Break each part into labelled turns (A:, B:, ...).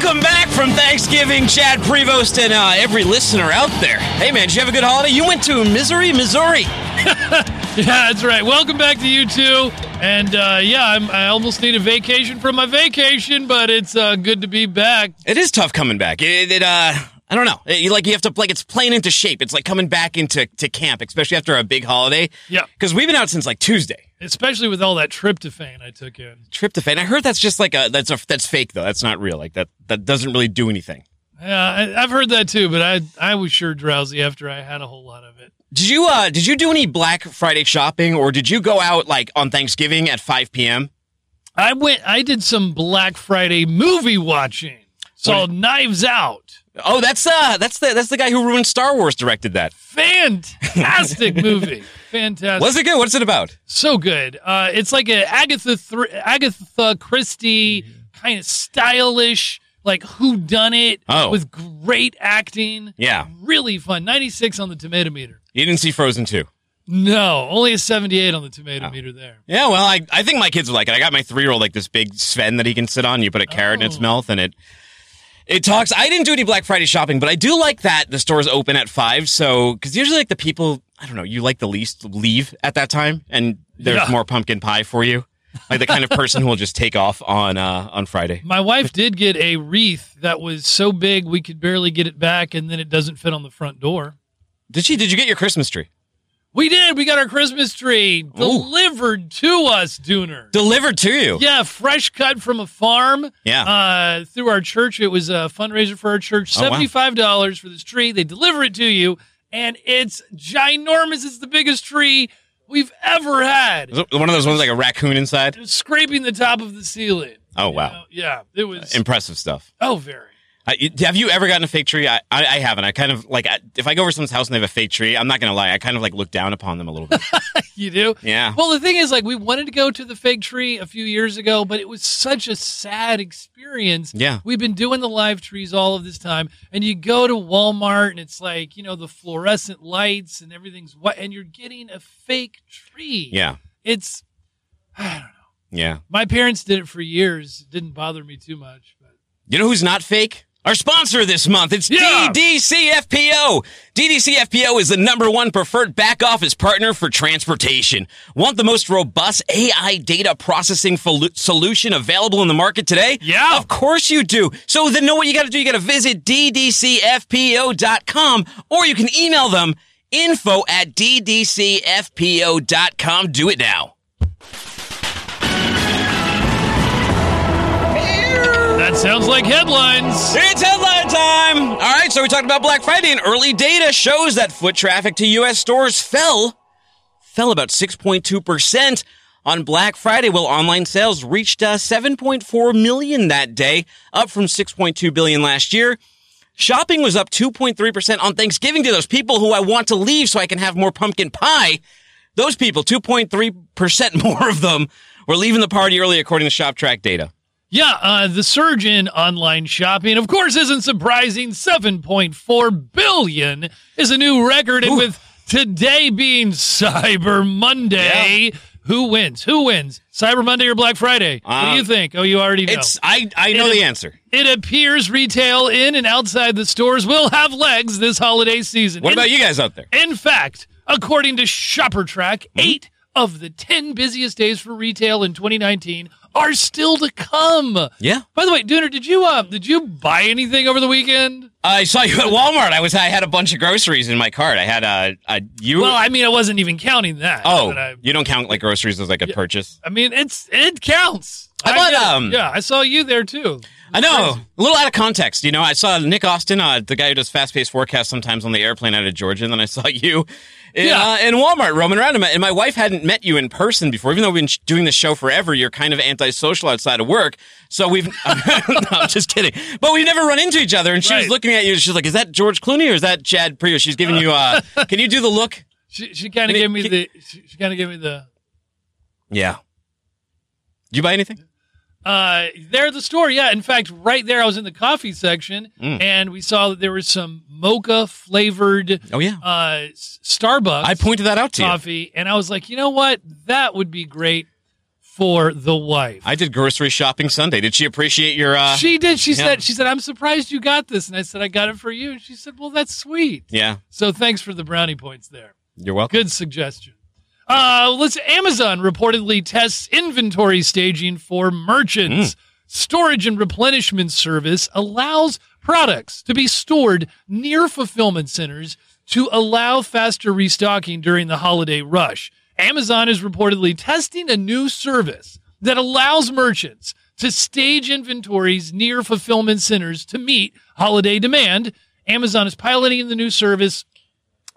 A: from Thanksgiving, Chad Prevost, and uh, every listener out there. Hey, man, did you have a good holiday? You went to Missouri, Missouri.
B: yeah, that's right. Welcome back to you two. And uh, yeah, I'm, I almost need a vacation from my vacation, but it's uh, good to be back.
A: It is tough coming back. It, it uh, I don't know. It, you- like you have to like it's playing into shape. It's like coming back into to camp, especially after a big holiday.
B: Yeah.
A: because we've been out since like Tuesday.
B: Especially with all that tryptophan I took in.
A: Tryptophan. I heard that's just like a that's a that's fake though. That's not real. Like that that doesn't really do anything.
B: Yeah, I, I've heard that too, but I I was sure drowsy after I had a whole lot of it.
A: Did you uh did you do any Black Friday shopping or did you go out like on Thanksgiving at 5 p.m.?
B: I went. I did some Black Friday movie watching. Saw Knives Out.
A: Oh, that's uh that's the that's the guy who ruined Star Wars directed that.
B: Fantastic movie. Fantastic.
A: Was it good? What's it about?
B: so good. Uh, it's like a Agatha Thr Agatha Christie
A: Mm-hmm.
B: kind of stylish, like who done it
A: Oh.
B: with great acting.
A: Yeah.
B: really fun. Ninety six on the tomato meter.
A: You didn't see Frozen 2.
B: No, only a seventy eight on the tomato meter there.
A: Yeah, well, I, I think my kids would like it. I got my three year old like this big Sven that he can sit on. You put a carrot in its
B: Oh.
A: mouth and it it talks. I didn't do any Black Friday shopping, but I do like that the stores open at five. So because usually like the people I don't know you like the least leave at that time, and there's
B: Yeah.
A: more pumpkin pie for you. Like the kind of person who will just take off on uh, on Friday.
B: My wife did get a wreath that was so big we could barely get it back, and then it doesn't fit on the front door.
A: Did she? Did you get your Christmas tree
B: We did. We got our Christmas tree delivered to us, Dooner.
A: delivered to you?
B: Yeah, fresh cut from a farm.
A: Yeah.
B: Uh, through our church. It was a fundraiser for our church.
A: Oh, wow.
B: $75 for this tree. They deliver it to you, and it's ginormous. It's the biggest tree we've ever had.
A: Was it One of those ones like a raccoon inside.
B: It was scraping the top of the ceiling.
A: Oh
B: You
A: wow,
B: know? Yeah, it was.
A: impressive stuff.
B: oh, very.
A: I, you- have you ever gotten a fake tree? I, I, I haven't. I kind of like I, if I go over to someone's house and they have a fake tree. I'm not gonna lie. I kind of like look down upon them a little bit.
B: You do?
A: Yeah.
B: Well, the thing is, like, we wanted to go to the fig tree a few years ago, but it was such a sad experience.
A: Yeah.
B: We've been doing the live trees all of this time, and you go to Walmart, and it's like, you know, the fluorescent lights and everything's what, and you're getting a fake tree.
A: yeah,
B: It's, I don't know.
A: yeah.
B: My parents did it for years. It didn't bother me too much. But
A: You know who's not fake? Our sponsor this month, it's
B: Yeah.
A: DDCFPO. DDCFPO is the number one preferred back office partner for transportation. Want the most robust AI data processing folu- solution available in the market today?
B: Yeah.
A: Of course you do. So then know what you got to do. You got to visit ddcfpo.com or you can email them info at ddcfpo.com. Do it now.
B: that sounds like headlines.
A: It's headline time! All right, so we talked about Black Friday, and early data shows that foot traffic to U.S. stores fell, fell about 6.2% on Black Friday, while online sales reached uh, 7.4 million that day, up from 6.2 billion last year. Shopping was up 2.3% on Thanksgiving to those people who I want to leave so I can have more pumpkin pie. Those people, 2.3% more of them, were leaving the party early, according to ShopTrack data.
B: Yeah, uh, the surge in online shopping, of course, isn't surprising. 7.4 billion is a new record. And with today being Cyber Monday, who wins? Who wins? Cyber Monday or Black Friday? what
A: Uh,
B: do you think? Oh, you already know.
A: It's I, I know
B: It
A: the
B: is-
A: answer.
B: It appears retail in and outside the stores will have legs this holiday season.
A: What
B: In-
A: about you Hmm? guys out there?
B: In fact, according to ShopperTrack, eight of the 10 busiest days for retail in 2019 are still to come.
A: Yeah.
B: By the way, Dooner, did you uh, did you buy anything over the weekend?
A: Uh, I saw you at Walmart. I was I had a bunch of groceries in my cart. I had a, a you
B: Well, I mean, I wasn't even counting that.
A: Oh,
B: but I,
A: you don't count like groceries as like a purchase.
B: I mean, it's it counts.
A: I bought,
B: did it.
A: um,
B: yeah, I saw you there too.
A: I know. A little out of context, you know. I saw Nick Austin, uh, the guy who does fast-paced forecasts sometimes on the airplane out of Georgia, and then I saw you in,
B: Yeah.
A: uh, in Walmart roaming around. And my- And my wife hadn't met you in person before, even though we've been sh- doing the show forever. You're kind of antisocial outside of work, so we've. no, I'm just kidding. But we've never run into each other. And she was
B: Right.
A: looking at you. She's like, "Is that George Clooney or is that Chad Prius?" She's giving you. Uh, can you do the look?
B: She she kind
A: I
B: of
A: mean,
B: gave me
A: can-
B: the she, she kind of gave me the
A: Yeah. Did you buy anything?
B: Uh, there at the store, yeah. In fact, right there, I was in the coffee section,
A: Mm.
B: and we saw that there was some mocha flavored
A: Oh yeah.
B: uh, S- Starbucks Uh,
A: I pointed that out to you.
B: coffee, and I was like, you know what, that would be great for the wife.
A: I did grocery shopping Sunday. Did she appreciate your? Uh,
B: she did. She
A: yeah.
B: said. She said, "I'm surprised you got this," and I said, "I got it for you." And she said, "Well, that's sweet."
A: yeah,
B: So thanks for the brownie points there.
A: you're welcome.
B: Good suggestion. Uh, let's. Amazon reportedly tests inventory staging for merchants. Storage and replenishment service allows products to be stored near fulfillment centers to allow faster restocking during the holiday rush. Amazon is reportedly testing a new service that allows merchants to stage inventories near fulfillment centers to meet holiday demand. Amazon is piloting the new service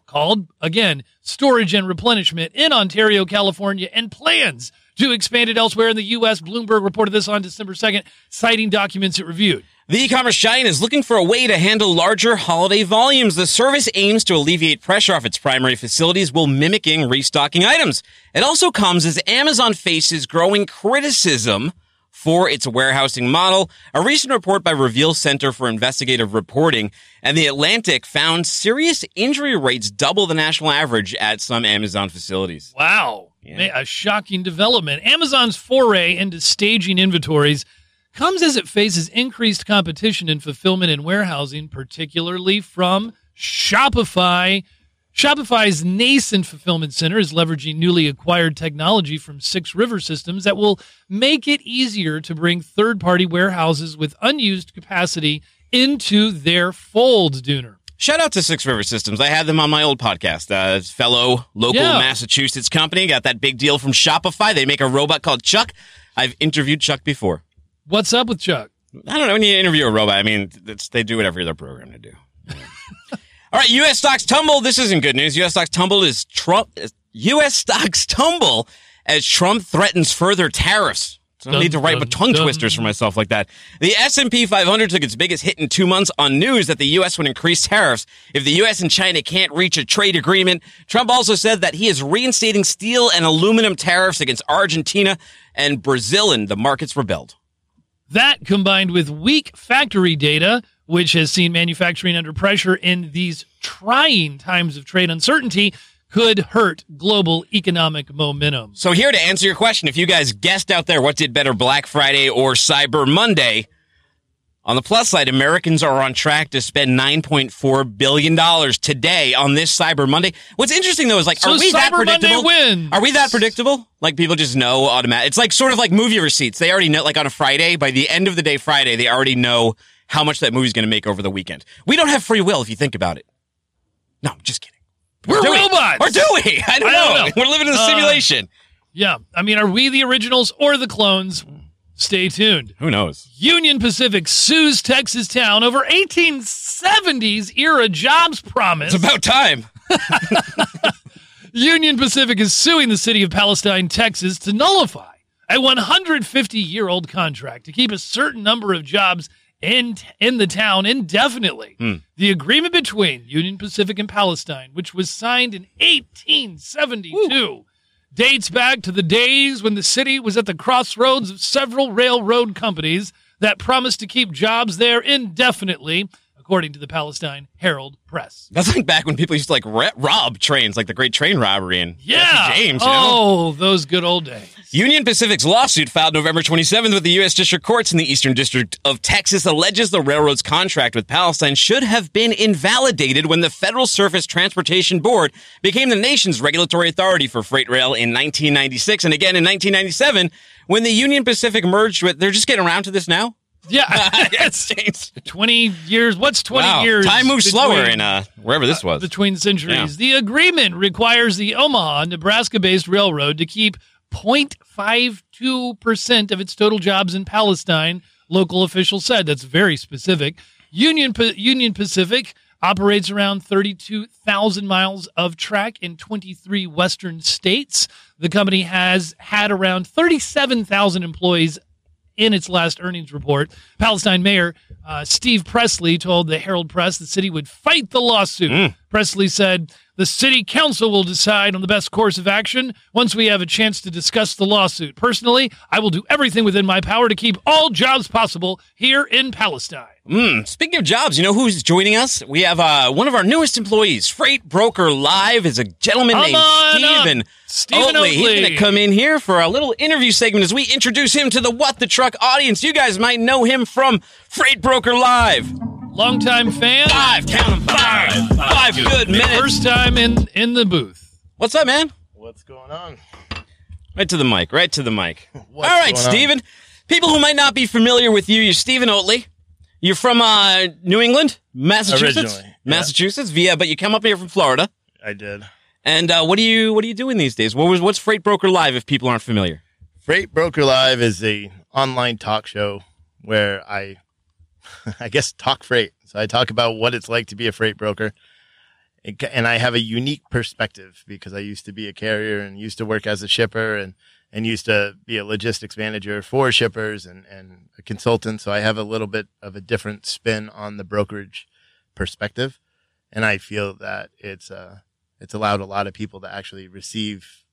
B: called, again, Storage and Replenishment in Ontario, California, and plans to expand it elsewhere in the U.S. Bloomberg reported this on December 2nd, citing documents it reviewed.
A: The e-commerce giant is looking for a way to handle larger holiday volumes. The service aims to alleviate pressure off its primary facilities while mimicking restocking items. It also comes as Amazon faces growing criticism for its warehousing model. A recent report by Reveal Center for Investigative Reporting and The Atlantic found serious injury rates double the national average at some Amazon facilities.
B: Wow. Ma- A shocking development. Amazon's foray into staging inventories comes as it faces increased competition in fulfillment and warehousing, particularly from Shopify. Shopify's nascent fulfillment center is leveraging newly acquired technology from Six River Systems that will make it easier to bring third party warehouses with unused capacity into their fold, Dooner.
A: Shout out to Six River Systems. I had them on my old podcast. Uh, it's fellow local
B: Yeah.
A: Massachusetts company got that big deal from Shopify. They make a robot called Chuck. I've interviewed Chuck before.
B: What's up with Chuck?
A: I don't know. When you interview a robot, I mean, it's, they do whatever they're programmed to do. All right, U.S. stocks tumble. This isn't good news. U.S. stocks tumble as Trump. as- U.S. stocks tumble as Trump threatens further tariffs. So I don't
B: Dun,
A: need to write
B: dun,
A: with tongue
B: dun.
A: twisters for myself like that. The S&P 500 took its biggest hit in two months on news that the U.S. would increase tariffs if the U.S. and China can't reach a trade agreement. Trump also said that he is reinstating steel and aluminum tariffs against Argentina and Brazil, and the markets rebelled.
B: That combined with weak factory data, which has seen manufacturing under pressure in these trying times of trade uncertainty, could hurt global economic momentum.
A: So here to answer your question, if you guys guessed out there what did better Black Friday or Cyber Monday, on the plus side, Americans are on track to spend $9.4 billion today on this Cyber Monday. What's interesting though is like,
B: So
A: are we that
B: Cyber Monday
A: predictable?
B: wins.
A: Are we that predictable? Like people just know automatic. It's like sort of like movie receipts. They already know, like on a Friday, by the end of the day Friday, they already know how much that movie's going to make over the weekend. We don't have free will if you think about it. No, I'm just kidding.
B: We're
A: Do we?
B: robots.
A: Or do we? I don't,
B: I don't
A: know.
B: know.
A: We're living in a
B: Uh,
A: simulation.
B: yeah. I mean, are we the originals or the clones? Stay tuned.
A: Who knows?
B: Union Pacific sues Texas town over 1870s era jobs promise.
A: It's about time.
B: Union Pacific is suing the city of Palestine, Texas to nullify a 150 year old contract to keep a certain number of jobs in, in the town indefinitely.
A: Hmm.
B: The agreement between Union Pacific and Palestine, which was signed in 1872, dates back to the days when the city was at the crossroads of several railroad companies that promised to keep jobs there indefinitely, according to the Palestine Herald Press.
A: That's like back when people used to like re- rob trains, like the Great Train Robbery and
B: Yeah.
A: Jesse James. You know?
B: oh, those good old days.
A: Union Pacific's lawsuit filed November 27th with the U.S. District Courts in the Eastern District of Texas alleges the railroad's contract with Palestine should have been invalidated when the Federal Surface Transportation Board became the nation's regulatory authority for freight rail in 1996 and again in 1997 when the Union Pacific merged with. They're just getting around to this now.
B: Yeah,
A: Yes, changed.
B: 20 years. What's 20
A: Wow.
B: years?
A: Time moves
B: between-
A: slower in uh, wherever this was.
B: between centuries. The agreement requires the Omaha, Nebraska-based railroad to keep 0.52% of its total jobs in Palestine, local officials said. That's very specific. Union Pa- Union Pacific operates around 32,000 miles of track in 23 western states. The company has had around 37,000 employees in its last earnings report.
A: Mm.
B: Palestine Mayor uh, Steve Presley told the Herald Press the city would fight the lawsuit, Presley said, The city council will decide on the best course of action once we have a chance to discuss the lawsuit. Personally, I will do everything within my power to keep all jobs possible here in Palestine.
A: Mm, speaking of jobs, you know who's joining us? We have uh, one of our newest employees, Freight Broker Live, is a gentleman
B: Come
A: named
B: on up,
A: Stephen.
B: Stephen
A: Oatley. He's
B: Oatley.
A: going to come in here for a little interview segment as we introduce him to the What the Truck audience. You guys might know him from Freight Broker Live.
B: Longtime fan,
A: Five, count 'em, five, five good minutes.
B: first time in, in the booth.
A: What's up, man?
C: What's going on?
A: Right to the mic, right to the mic.
C: What's
A: All right,
C: going on?
A: Stephen. People who might not be familiar with you, you're Stephen Oatley. You're from uh, New England, Massachusetts,
C: Originally, yeah.
A: Massachusetts, via, but you come up here from Florida.
C: I did.
A: And uh, what do you what are you doing these days? What was what's Freight Broker Live if people aren't familiar?
C: Freight Broker Live is a online talk show where I, I guess, talk freight. So I talk about what it's like to be a freight broker, It ca- and I have a unique perspective because I used to be a carrier and used to work as a shipper and and used to be a logistics manager for shippers and and a consultant. So I have a little bit of a different spin on the brokerage perspective, and I feel that it's uh it's allowed a lot of people to actually receive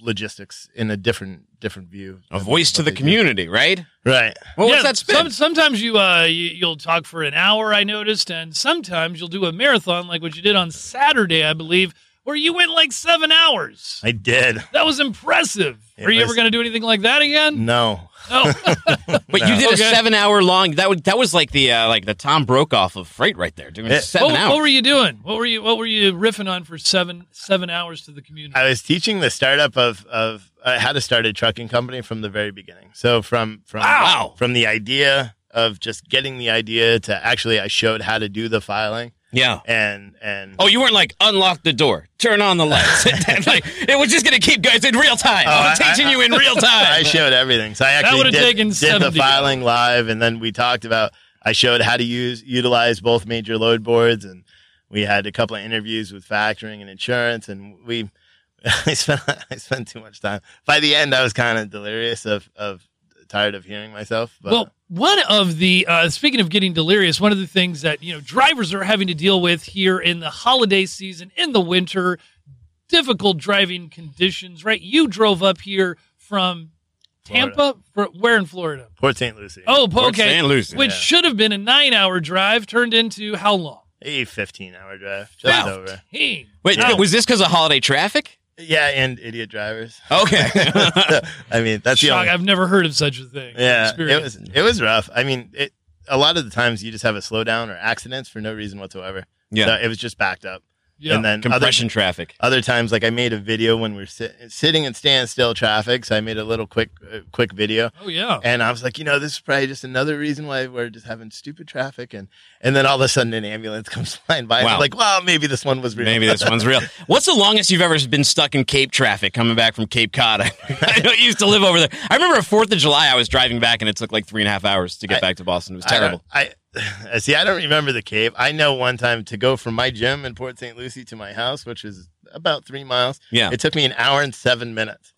C: logistics in a different different view.
A: A
C: than
A: voice
C: what
A: to the
C: they do.
A: community, right?
C: Right.
A: Well,
B: Yeah,
A: what's that spin?
B: some- sometimes you, uh, you you'll talk for an hour. I noticed, and sometimes you'll do a marathon like what you did on Saturday, I believe, where you went like seven hours.
C: I did.
B: that was impressive.
C: It
B: Are you
C: was-
B: ever going to do anything like that again? Oh,
C: No.
B: No.
A: but you
C: No.
A: did
B: Okay.
A: a seven hour long. That would that was like the uh, like the Tom Brokaw of Freight right there doing
C: Yeah.
A: seven
B: what,
A: hours.
B: what were you doing? What were you What were you riffing on for seven seven hours to the community?
C: I was teaching the startup of of uh, how to start a trucking company from the very beginning. So from from
A: Wow.
C: from the idea of just getting the idea to actually I showed how to do the filing
A: yeah.
C: and and
A: Oh, you weren't like unlock the door, turn on the lights. like it was just gonna keep guys in real time. I'm
C: Uh, I- I-
A: teaching you in real
C: I
A: time.
C: showed everything. So I actually
B: would've
C: did,
B: taken
C: did
B: 70
C: the filing live, and then we talked about. I showed how to use utilize both major load boards, and we had a couple of interviews with factoring and insurance, and we. I spent I spent too much time. By the end, I was kind of delirious of of tired of hearing myself. But
B: Well, one of the uh, speaking of getting delirious, one of the things that you know drivers are having to deal with here in the holiday season in the winter, difficult driving conditions. Right, you drove up here from
C: Florida.
B: Tampa, for, where in Florida?
C: Port St. Lucie.
B: Oh,
A: Port
B: okay,
A: St. Lucie,
B: which
C: yeah.
B: should have been a nine-hour drive turned into how long?
C: a 15 hour drive. Just
A: Wow.
C: over.
B: Hey,
A: Wait,
B: Yeah.
A: was this because of holiday traffic?
C: Yeah, and idiot drivers.
A: Okay.
C: I mean, that's the
B: shock!
C: only.
B: I've never heard of such a thing.
C: Yeah, it
B: Experience.
C: was it was rough. I mean, it a lot of the times you just have a slowdown or accidents for no reason whatsoever.
A: Yeah.
C: So it was just backed up.
B: yeah.
C: And then other,
A: Compression traffic.
C: other times, like I made a video when we are sit, sitting in standstill traffic, so I made a little quick uh, quick video.
B: oh yeah.
C: And I was like, you know, this is probably just another reason why we're just having stupid traffic. And and then all of a sudden, an ambulance comes flying by. And
A: Wow.
C: I'm like, wow, maybe this one was real.
A: Maybe this one's real. What's the longest you've ever been stuck in Cape traffic coming back from Cape Cod? I know you used to live over there. I remember a Fourth of July, I was driving back and it took like three and a half hours to get
C: I-
A: back to Boston. It was terrible.
C: I, I see. I don't remember the cave. I know one time to go from my gym in Port St. Lucie to my house, which is about three miles.
A: Yeah.
C: It took me an hour and seven minutes.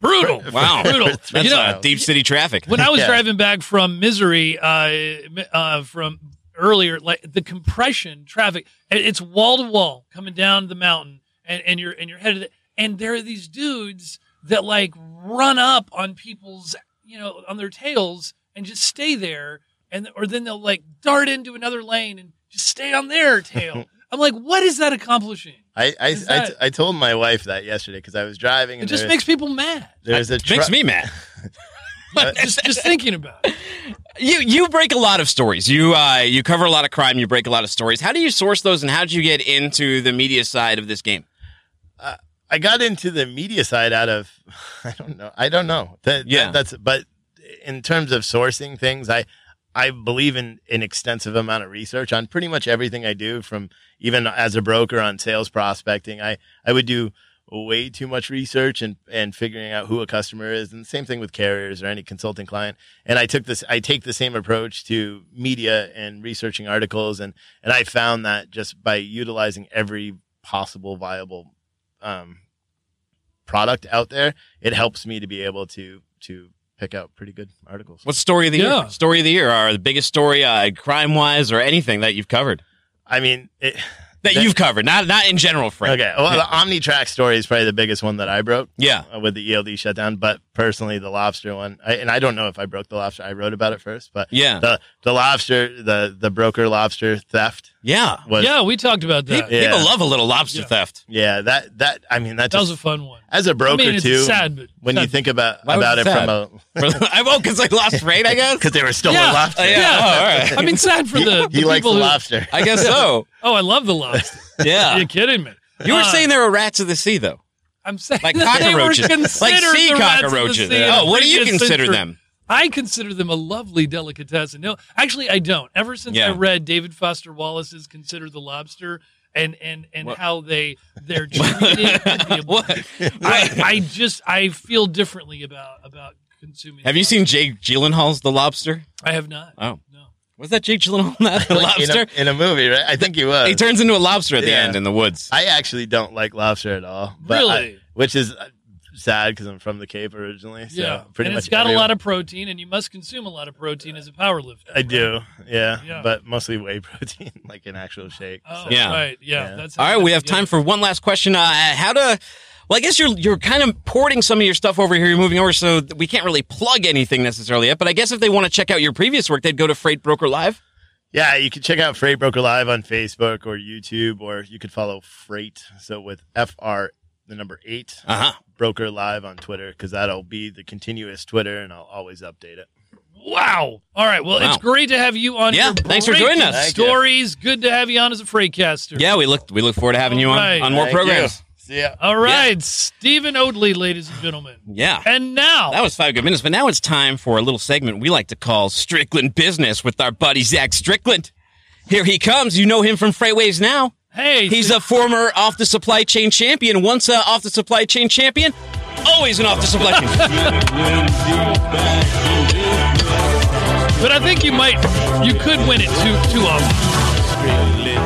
B: Brutal.
A: Wow.
B: Brutal.
A: That's
B: You know,
A: uh, deep city traffic.
B: when I was
C: Yeah.
B: driving back from Missouri, uh, m- uh, from earlier, like the compression traffic, it- it's wall to wall coming down the mountain, and, and you're and you're headed, and there are these dudes that like run up on people's, you know, on their tails and just stay there, and or then they'll like dart into another lane and just stay on their tail. I'm like, what is that accomplishing?
C: I I,
B: Is
C: I,
B: that-
C: I told my wife that yesterday because I was driving
B: It
C: and
B: just
C: there-
B: makes people mad.
C: there's a
A: Makes
C: truck.
A: me mad.
B: Just, just thinking about it.
A: You you break a lot of stories. You uh, you cover a lot of crime. You break a lot of stories. How do you source those, and how did you get into the media side of this game?
C: I got into the media side out of I don't know. I don't know. That,
A: Yeah.
C: that- that's but in terms of sourcing things, I I believe in an extensive amount of research on pretty much everything I do from even as a broker on sales prospecting. I I would do way too much research and and figuring out who a customer is and same thing with carriers or any consulting client and I took this I take the same approach to media and researching articles and and I found that just by utilizing every possible viable um, product out there, it helps me to be able to to pick out pretty good articles.
A: What story of the
B: Yeah.
A: year? Story of the year, or the biggest story, uh, crime wise, or anything that you've covered?
C: I mean, it,
A: that you've covered, not not in general, Frank.
C: Okay. Well, the OmniTrack story is probably the biggest one that I broke
A: Yeah.
C: uh, with the ELD shutdown. But personally, the lobster one, I, and I don't know if I broke the lobster. I wrote about it first, but
A: Yeah.
C: the the lobster, the the broker lobster theft
A: Yeah.
C: was yeah,
B: yeah, we talked about
A: Pe-
B: that.
A: People, love a little lobster theft.
C: that that I mean that
B: That was
C: just
B: a fun one.
C: as a
B: I
C: broker
B: mean, it's
C: too.
B: sad, but
C: when
B: sad.
C: you think about
A: Why was
C: about
A: it
C: it from a
A: I won't because I lost rate, I guess.
C: because they were stolen
B: Yeah.
C: lobster.
A: Oh, yeah.
B: Yeah.
A: Oh, all right.
B: I mean, sad for the,
C: He
B: the
C: likes
B: people who.
C: lobster.
A: I guess so.
B: Oh, I love the lobster. Are
A: Yeah.
B: you kidding me?
A: You were
B: Uh,
A: saying there were rats of the sea, though.
B: I'm saying
A: Like
B: that they were
A: cockroaches. Like
B: considered
A: sea
B: the rats of the
A: cockroaches.
B: sea in
A: Oh,
B: the
A: what do you
B: previous
A: consider
B: century.
A: them?
B: I consider them a lovely delicatessen. No, actually, I don't. Ever since
A: Yeah.
B: I read David Foster Wallace's "Consider the Lobster" and and and
A: What?
B: how they they're treated, and the-
A: What?
B: I, I just I feel differently about about consuming.
A: Have you
B: lobster.
A: seen Jake Gyllenhaal's The Lobster?
B: I have not.
A: Oh.
B: no.
A: Was that Jake Gyllenhaal in that? The
C: Like, in a-
A: lobster?
C: in a, movie, right? I think he was.
A: He turns into a lobster at the
C: Yeah.
A: end in the woods.
C: I actually don't like lobster at all. But I-
B: Really?
C: which is uh, sad because I'm from the Cape originally. So
B: yeah,
C: pretty
B: and
C: much
B: it's got a
C: everyone-
B: lot of protein, and you must consume a lot of protein as a power lifter.
C: I do, yeah,
B: Yeah.
C: but mostly whey protein, like an actual shake.
B: Oh,
C: so.
A: Yeah.
B: right. Yeah,
C: Yeah.
B: that's
A: All right, we have time
B: yeah.
A: for one last question. Uh, how to? Well, I guess you're you're kind of porting some of your stuff over here. You're moving over, so th- we can't really plug anything necessarily yet. But I guess if they want to check out your previous work, they'd go to Freight Broker Live.
C: Yeah, you can check out Freight Broker Live on Facebook or YouTube, or you could follow Freight. So with F R the number eight
A: Uh huh.
C: Broker Live on Twitter because that'll be the continuous Twitter, and I'll always update it.
B: Wow. All right. Well,
A: Wow.
B: it's great to have you on.
A: Yeah,
B: your
A: thanks for
B: breaking
A: joining us.
C: Thank you.
B: Stories. Good to have you on as a freightcaster.
A: Yeah, we look we look forward to having you on
B: Alright.
A: on more
C: Thank
A: programs.
C: you. See ya.
B: All right, Stephen Oatley, ladies and gentlemen.
A: Yeah.
B: And now,
A: That was five good minutes, but now it's time for a little segment we like to call Strickland Business with our buddy Zach Strickland. Here he comes. You know him from Freightways now.
B: hey,
A: He's
B: Steve-
A: a former off the supply chain champion. Once a off the supply chain champion, always an off the supply chain.
B: but I think you might, you could win it too, too often.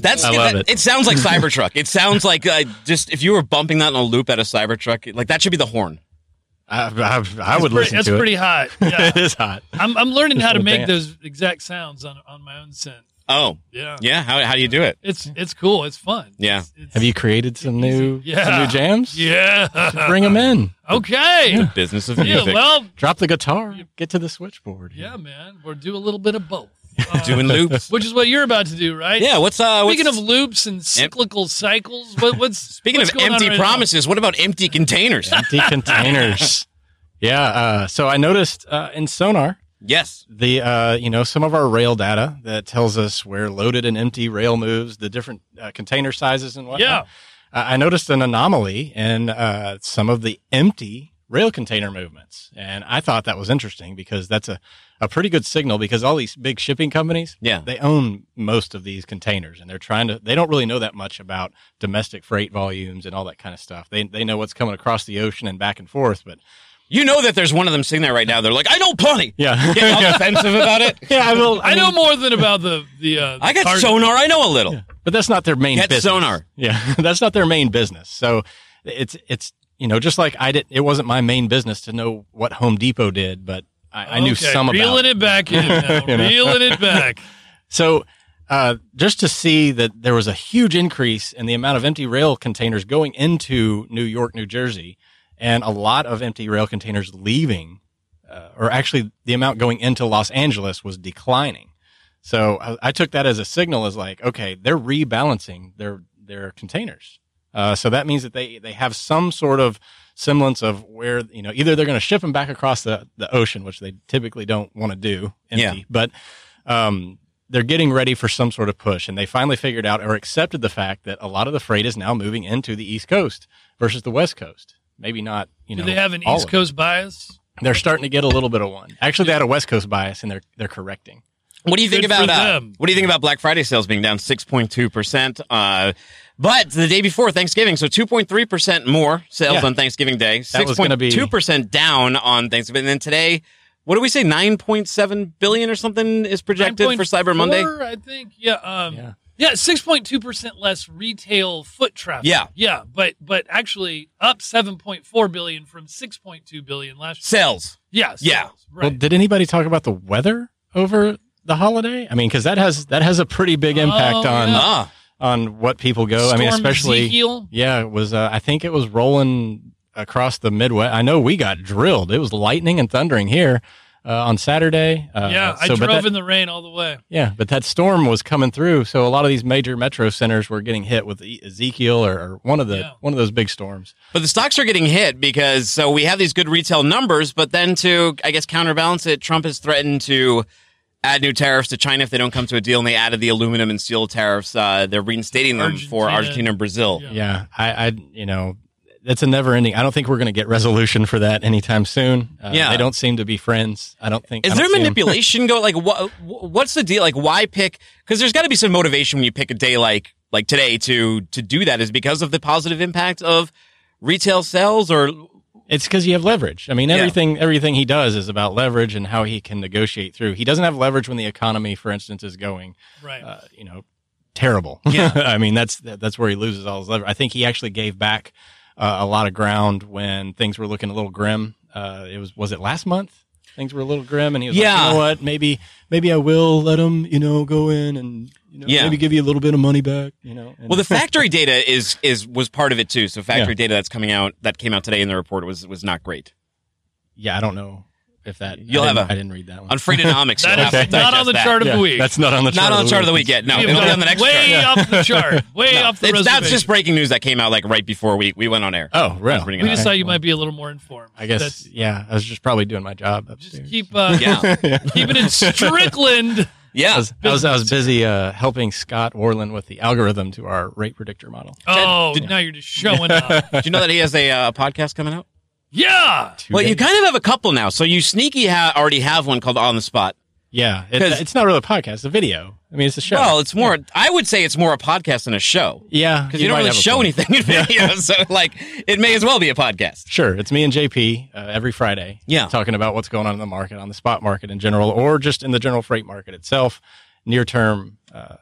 A: That's
C: I love it.
A: It sounds like Cybertruck. it sounds like uh, just if you were bumping that in a loop at a Cybertruck, it- like that should be the horn.
D: I, I, I would
B: Pretty-
D: listen
B: that's
D: to
B: pretty
D: it.
B: hot. Yeah.
D: it is hot.
B: I'm, I'm learning how to
D: little
B: make
D: dance.
B: those exact sounds on on my own synth.
A: Oh,
B: Yeah.
A: yeah. How, how do you do it?
B: It's it's cool. It's fun.
A: Yeah.
B: It's- it's-
D: Have you created some new some
B: Yeah.
D: new jams?
B: Yeah.
D: Bring them in.
B: okay.
A: Business of
B: Yeah,
A: music.
B: well,
D: Drop the guitar. Get to the switchboard.
B: yeah, man. We're do a little bit of both,
A: Doing loops.
B: which is what you're about to do, right?
A: Yeah. What's uh? What's,
B: uh, Speaking of loops and cyclical cycles, what, what's
A: speaking
B: what's
A: of
B: going on
A: empty
B: right now?
A: promises, what about empty containers?
D: Empty containers. Yeah. Uh, so I noticed uh, in Sonar
A: yes.
D: the uh, you know some of our rail data that tells us where loaded and empty rail moves, the different uh, container sizes and whatnot.
B: Yeah.
D: I I noticed an anomaly in uh, some of the empty rail container movements. And I thought that was interesting because that's a, a pretty good signal because all these big shipping companies,
A: Yeah.
D: they own most of these containers and they're trying to, they don't really know that much about domestic freight volumes and all that kind of stuff. They, they know what's coming across the ocean and back and forth, but
A: You know that there's one of them sitting there right now. They're like, I know plenty.
D: yeah.
A: Getting all defensive about it.
D: yeah, I will. I,
B: I, know
D: mean,
B: more than about the the. Uh, the
A: I got
B: target.
A: sonar. I know a little.
D: but that's not their main
A: Get
D: business.
A: sonar.
D: Yeah, that's not their main business. So it's it's you know just like I did. It wasn't my main business to know what Home Depot did, but I, I knew
B: Okay,
D: some about.
B: reeling it back in, now.
D: You know.
B: reeling it back.
D: So uh, just to see that there was a huge increase in the amount of empty rail containers going into New York, New Jersey, and a lot of empty rail containers leaving, uh, or actually the amount going into Los Angeles was declining. So I, I took that as a signal as like, okay, they're rebalancing their their containers. Uh, so that means that they they have some sort of semblance of where you know either they're going to ship them back across the, the ocean, which they typically don't want to do empty,
A: Yeah.
D: but um, they're getting ready for some sort of push, and they finally figured out or accepted the fact that a lot of the freight is now moving into the East Coast versus the West Coast. Maybe not, you
B: Do
D: know.
B: they have an
D: all
B: East
D: of it.
B: Coast bias?
D: They're starting to get a little bit of one. Actually, they had a West Coast bias, and they're they're correcting.
A: What do you think
B: Good
A: about
B: for
A: uh,
B: them.
A: what do you think about Black Friday sales being down six point two percent? Uh, But the day before Thanksgiving, so two point three percent more sales
D: Yeah.
A: on Thanksgiving Day,
D: That
A: six
D: was gonna
A: point
D: be-
A: two percent down on Thanksgiving. And then today, what do we say? Nine point seven billion or something is projected for Cyber Monday.
B: 9.4, I think. Yeah. Um,
D: Yeah.
B: Yeah, six point two percent less retail foot traffic.
A: Yeah.
B: yeah, but but actually up seven point four billion from six point two billion last year.
A: Sales.
B: Yeah,
A: Yeah.
B: sales, right.
D: Well, did anybody talk about the weather over the holiday? I mean, because that has that has a pretty big
B: Oh,
D: impact on
B: yeah.
A: Ah,
D: on what people go. Oh, I mean,
B: Storm
D: especially
B: Ezekiel.
D: yeah, it was uh, I think it was rolling across the Midwest. I know we got drilled. It was lightning and thundering here uh, on Saturday. Uh,
B: yeah, I
D: so, but
B: drove
D: that-
B: in the rain all the way.
D: Yeah, but that storm was coming through, so a lot of these major metro centers were getting hit with E- Ezekiel or, or one of the
B: Yeah.
D: one of those big storms.
A: but the stocks are getting hit because so we have these good retail numbers, but then to I guess counterbalance it, Trump has threatened to add new tariffs to China if they don't come to a deal, and they added the aluminum and steel tariffs. Uh, they're reinstating them for
B: Argentina.
A: Argentina and Brazil.
B: Yeah.
D: Yeah, I, I you know that's a never ending. I don't think we're going to get resolution for that anytime soon. Uh,
A: Yeah.
D: they don't seem to be friends. I don't think.
A: Is
D: I don't
A: there
D: see 'em-
A: manipulation going? Like, what? What's the deal? Like, why pick? Because there's got to be some motivation when you pick a day like like today to to do that. Is because of the positive impact of retail sales, or
D: It's because you have leverage. I mean,
A: Yeah.
D: everything everything he does is about leverage and how he can negotiate through. He doesn't have leverage when the economy, for instance, is going,
B: Right.
D: uh, you know, terrible. Yeah, I mean that's that's where he loses all his leverage. I think he actually gave back uh, a lot of ground when things were looking a little grim. Uh, it was was it last month? Things were a little grim, and he was like,
A: Yeah.
D: you know what? Maybe maybe I will let him, you know, go in and you know,
A: Yeah.
D: maybe give you a little bit of money back, you know. And-
A: well, the factory data is is was part of it too. So factory
D: Yeah.
A: data that's coming out that came out today in the report was was not great
D: yeah, I don't know if that I
A: You'll have
D: didn't-
A: a-
D: I didn't read that one.
A: on Freakonomics.
B: That
A: you'll
B: is
A: have to
B: not on
A: digest
B: the
A: that.
B: chart of
D: Yeah,
B: the week.
D: that's not on the chart.
A: Not on the chart of the week yet. No,
B: We've
A: it'll be
B: gone
A: on the next
B: way
A: chart.
B: off the chart. Way off the
A: It's- that's
B: reservation.
A: just breaking news that came out like right before we we went on air.
D: Oh,
A: I
D: right.
A: was reading
B: We
A: it.
B: just
A: Okay.
B: thought you might be a little more informed.
D: I guess.
B: That's-
D: yeah, I was just probably doing my job
B: just
D: upstairs.
B: keep uh,
A: Yeah,
B: keep it in Strickland.
D: I
A: yeah.
D: was, I was, I was busy uh, helping Scott Orland with the algorithm to our rate predictor model.
B: Oh, now you're just showing up.
A: Do you know that he has a uh, podcast coming out?
B: Yeah.
D: Two
A: Well, you
D: days.
A: kind of have a couple now. So you sneaky ha- already have one called On the Spot.
D: yeah, it,
A: 'Cause-
D: it's not really a podcast, it's a video. I mean, it's a show.
A: Well, it's more. I would say it's more a podcast than a show
D: yeah,
A: because you, don't
D: might
A: really
D: have a
A: show
D: point.
A: anything in video. So like, it may as well be a podcast.
D: Sure, it's me and JP uh, every Friday.
A: Yeah.
D: talking about what's going on in the market, on the spot market in general, or just in the general freight market itself, near term uh,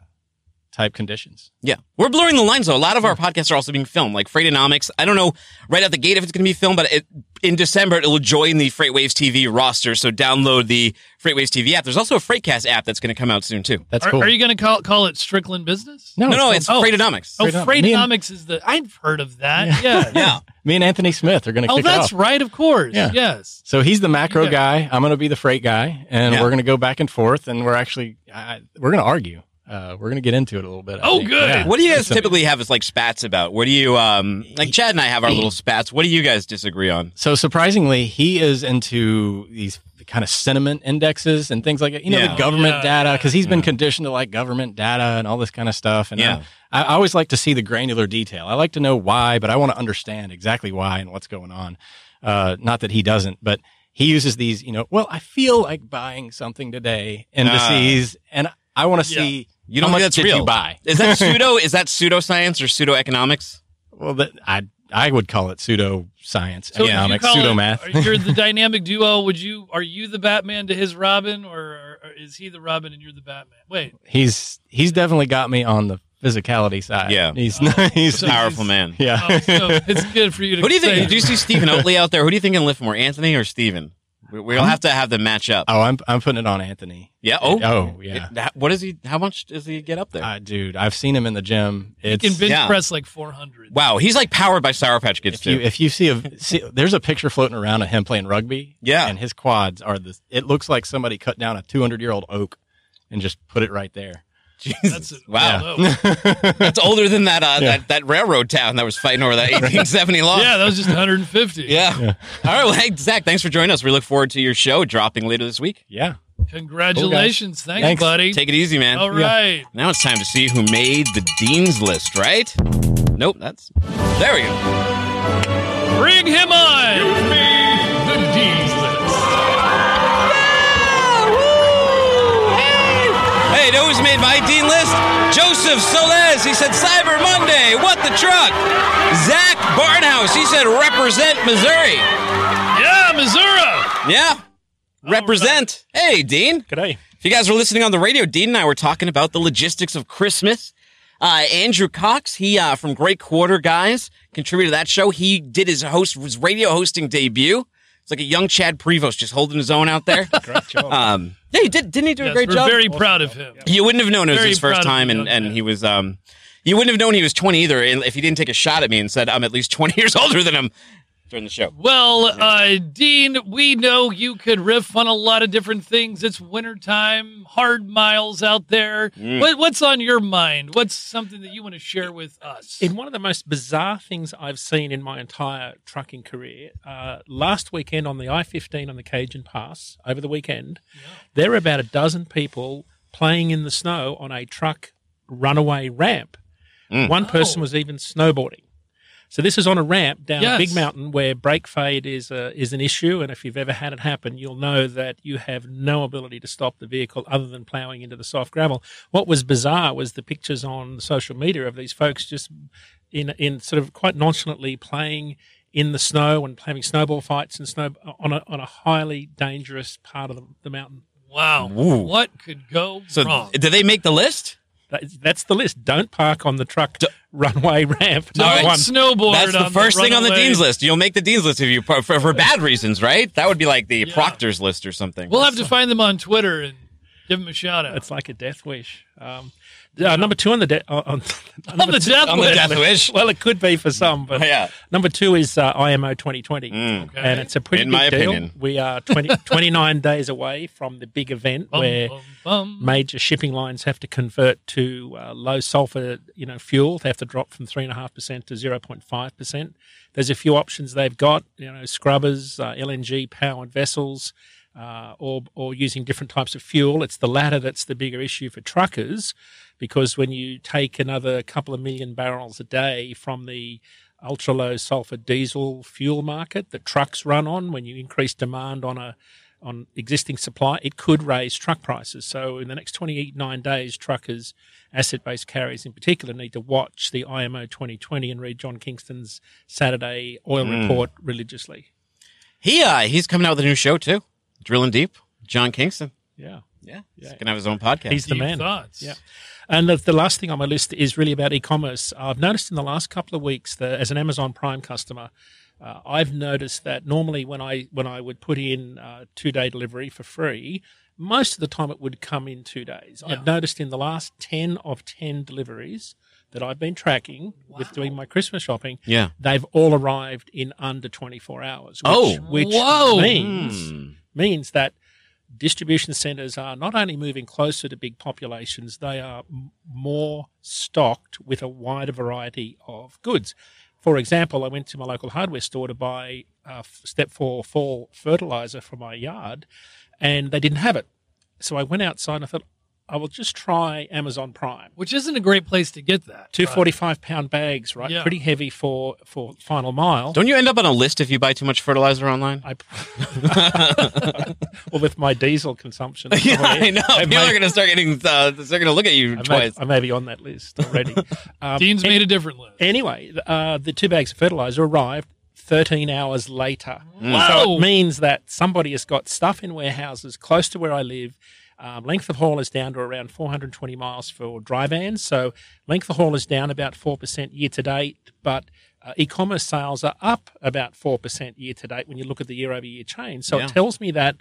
D: type conditions.
A: Yeah, we're blurring the lines though. A lot of our podcasts are also being filmed, like Freightonomics. I don't know right out the gate if it's going to be filmed, but it, in December it'll join the FreightWaves TV roster. So download the FreightWaves TV app. There's also a Freightcast app that's going to come out soon too.
D: That's
B: Are,
D: cool.
B: are you going to call call it Strickland Business?
A: No, no,
D: cool.
A: it's
B: Oh.
A: Freightonomics.
B: Oh,
D: Straight up. Me and-
B: Freightonomics is the. I've heard of that. Yeah.
A: Yeah,
D: Oh, me and Anthony Smith are going to
B: Oh,
D: kick it off.
B: that's right. Of course.
D: Yeah.
B: Yes.
D: So he's the macro
B: Yeah.
D: guy. I'm going to be the freight guy, and
A: Yeah.
D: we're going to go back and forth, and we're actually I, we're going to argue. Uh, we're going to get into it a little bit. I
B: Oh,
D: think.
B: good.
D: Yeah.
A: What do you guys typically have as like spats about? What do you um like? Chad and I have our little spats. What do you guys disagree on?
D: So surprisingly, he is into these kind of sentiment indexes and things like that. You know,
A: Yeah.
D: the government
B: Yeah,
D: data because he's been
A: Yeah.
D: conditioned to like government data and all this kind of stuff. And
A: Yeah.
D: uh, I, I always like to see the granular detail. I like to know why, but I want to understand exactly why and what's going on. Uh, not that he doesn't, but he uses these. You know, well, I feel like buying something today, indices, and I want to
B: Ah. Yeah.
D: see
A: You
D: how
A: don't
D: much
A: think that's
D: did
A: real?
D: you buy.
A: Is that pseudo? is that pseudoscience or pseudoeconomics?
D: Well, that, I I would call it pseudo science,
B: So if you
D: economics,
B: call it-
D: pseudo math.
B: are- You're the dynamic duo. Would you? Are you the Batman to his Robin, or, or is he the Robin and you're the Batman? Wait.
D: he's he's definitely got me on the physicality side.
A: Yeah.
D: he's he's
B: So-
A: Powerful man.
D: yeah.
B: Oh, so it's good for you to.
A: Who do you think? Do
B: say-
A: you see Stephen Oatley out there? Who do you think can lift more, Anthony or Stephen? We- We'll have to have them match up.
D: Oh, I'm I'm putting it on Anthony.
A: Yeah. Oh.
D: Oh yeah,
A: It- that- what is he? How much does he get up there?
D: Uh, dude, I've seen him in the gym.
B: You
D: It's
B: can bench
A: yeah.
B: press like 400.
A: wow. He's like powered by Sour Patch Kids
D: if you
A: too.
D: if you see a see, there's a picture floating around of him playing rugby.
A: Yeah.
D: and his quads are this. It looks like somebody cut down a 200 year old oak and just put it right there.
A: Jesus.
B: That's a,
A: wow.
B: Wow.
A: That's older than that, uh,
D: Yeah.
A: that that railroad town that was fighting over that 1870 law.
B: Yeah, that was just 150.
A: Yeah. All right. Well, hey, Zach, thanks for joining us. We look forward to your show dropping later this week.
D: Yeah.
B: Congratulations. Thanks,
D: Thanks.
B: buddy.
A: Take it easy, man.
B: All right.
A: Now it's time to see who made the dean's list, right? Nope, that's there we go.
B: Bring him on. the D's list.
A: Hey, you know who's made my dean list? Joseph Soles. He said Cyber Monday. What the truck? Zach Barnhouse. He said represent Missouri.
B: Yeah, Missouri.
A: Yeah. Represent. Hey, Dean.
D: Good day.
A: If you guys were listening on the radio, Dean and I were talking about the logistics of Christmas Uh, Andrew Cox, he uh, from Great Quarter Guys, contributed to that show. He did his host his radio hosting debut. It's like a young Chad Prevost just holding his own out there.
E: Great job.
A: Um, yeah, he did. Didn't he do a
B: Yes,
A: great
B: we're
A: job?
B: very proud of him.
A: you wouldn't have known it was
B: very
A: his
B: proud
A: first
B: of
A: time,
B: the
A: and,
B: young
A: and
B: man.
A: he was. Um, you wouldn't have known he was 20 either, and if he didn't take a shot at me and said I'm at least 20 years older than him during the show.
B: Well, uh, Dean, we know you could riff on a lot of different things. It's wintertime, hard miles out there.
A: Mm.
B: What, what's on your mind? What's something that you want to share with us?
E: In one of the most bizarre things I've seen in my entire trucking career, uh, last weekend on the I 15 on the Cajun Pass, over the weekend, there were about a dozen people playing in the snow on a truck runaway ramp. One person was even snowboarding. So this is on a ramp down
B: Yes.
E: a big mountain where brake fade is a, is an issue, and if you've ever had it happen, you'll know that you have no ability to stop the vehicle other than ploughing into the soft gravel. What was bizarre was the pictures on social media of these folks just in in sort of quite nonchalantly playing in the snow and having snowball fights and snow uh, on a on a highly dangerous part of the, the mountain.
B: wow.
A: Ooh.
B: What could go
A: So,
B: wrong?
A: did they make the list?
E: That, that's the list. Don't park on the truck runway ramp.
B: Don't
A: All right.
E: One.
B: snowboard.
A: That's the
B: on
A: first thing on the
B: runaway.
A: dean's list. You'll make the dean's list if you for, for, for bad reasons, right? That would be like the proctor's list or something.
B: We'll have to find them on Twitter and give them a shout out.
E: It's like a death wish. Um, uh, number two on the de- on, on,
B: on the death
A: on the
B: list.
A: death wish.
E: Well, it could be for some, but
A: Yeah. Mm.
E: number two is uh, IMO 2020,
B: Okay.
E: and it's a pretty
A: In
E: big
A: my
E: deal.
A: opinion.
E: We are 20, 29 days away from the big event
A: Oh,
B: Bum,
E: where
B: bum, bum.
E: major shipping lines have to convert to uh, low sulfur, you know, fuel. They have to drop from three and a half percent to zero point five percent. There's a few options they've got, you know, scrubbers, uh, LNG powered vessels, uh, or or using different types of fuel. It's the latter that's the bigger issue for truckers, because when you take another couple of million barrels a day from the ultra low sulfur diesel fuel market that trucks run on, when you increase demand on a on existing supply, it could raise truck prices. So in the next 29 days, truckers, asset-based carriers in particular, need to watch the IMO 2020 and read John Kingston's Saturday oil report religiously.
A: He uh, he's coming out with a new show too, Drilling Deep. John Kingston.
E: Yeah.
A: Yeah, he's gonna have his own podcast.
E: He's the
B: Deep
E: man.
B: Thoughts.
E: Yeah. And the, the last thing on my list is really about e-commerce. I've noticed in the last couple of weeks that as an Amazon Prime customer, uh, I've noticed that normally when I when I would put in uh, two day delivery for free, most of the time it would come in two days. I've noticed in the last ten of ten deliveries that I've been tracking with doing my Christmas shopping,
A: Yeah.
E: they've all arrived in under twenty four hours. Which,
A: Oh.
E: which
B: Whoa. Hmm.
E: means means that distribution centers are not only moving closer to big populations, they are m- more stocked with a wider variety of goods. For example, I went to my local hardware store to buy uh, f- step four fall fertilizer for my yard, and they didn't have it. So I went outside and I thought, I will just try Amazon Prime.
B: Which isn't a great place to get that. Uh,
E: Two forty-five pound bags, right?
B: Yeah.
E: Pretty heavy for for final mile.
A: Don't you end up on a list if you buy too much fertilizer online?
E: I, well, with my diesel consumption,
A: Yeah,
E: probably-
A: I know.
E: I
A: People
E: may-
A: are gonna start getting. Uh, they're gonna look at you
E: I may,
A: twice.
E: I may be on that list already. um,
B: Dean's
E: an-
B: made a different list.
E: anyway, th- uh, the two bags of fertilizer arrived 13 hours later. So
A: Mm.
B: Wow.
E: it means that somebody has got stuff in warehouses close to where I live. Um, length of haul is down to around 420 miles for dry vans. So length of haul is down about 4% year to date, but uh, e commerce sales are up about 4% year to date when you look at the year over year change. So
A: Yeah.
E: it tells me that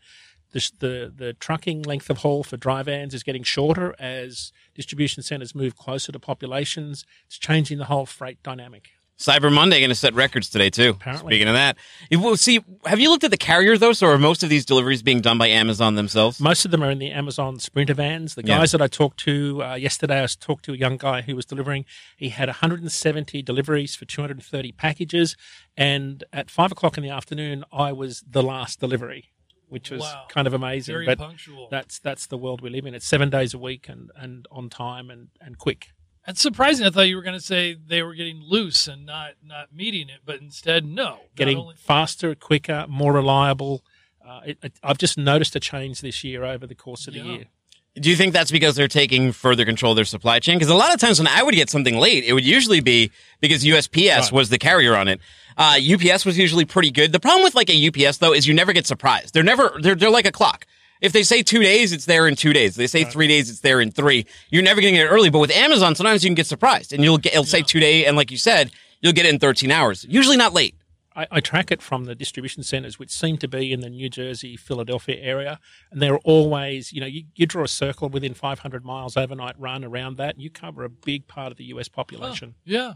E: the, sh- the the trucking length of haul for dry vans is getting shorter as distribution centers move closer to populations. It's changing the whole freight dynamic.
A: Cyber Monday going to set records today too.
E: Apparently.
A: Speaking of that, If- well, see, have you looked at the carrier though? So are most of these deliveries being done by Amazon themselves?
E: Most of them are in the Amazon Sprinter vans. The
A: Yeah.
E: guys that I talked to uh, yesterday, I s- talked to a young guy who was delivering. He had 170 deliveries for 230 packages, and at five o'clock in the afternoon, I was the last delivery, which was
B: Wow.
E: kind of amazing.
B: Very
E: but
B: punctual.
E: that's that's the world we live in. It's seven days a week and and on time and and quick.
B: That's surprising. I thought you were going to say they were getting loose and not not meeting it, but instead, no. Not
E: getting
B: only-
E: faster, quicker, more reliable. Uh, it, it, I've just noticed a change this year over the course of the
B: Yeah.
E: year.
A: Do you think that's because they're taking further control of their supply chain? Because a lot of times when I would get something late, it would usually be because USPS was the carrier on it. Uh, UPS was usually pretty good. The problem with like a UPS though is you never get surprised. They're never they're they're like a clock. If they say two days, it's there in two days. If they say three days, it's there in three. You're never getting it early. But with Amazon, sometimes you can get surprised and you'll get, it'll say two day. And like you said, you'll get it in 13 hours. Usually not late.
E: I, I track it from the distribution centres, which seem to be in the New Jersey, Philadelphia area, and they're always, you know, you, you draw a circle within 500 miles overnight run around that, and you cover a big part of the U.S. population.
B: Yeah.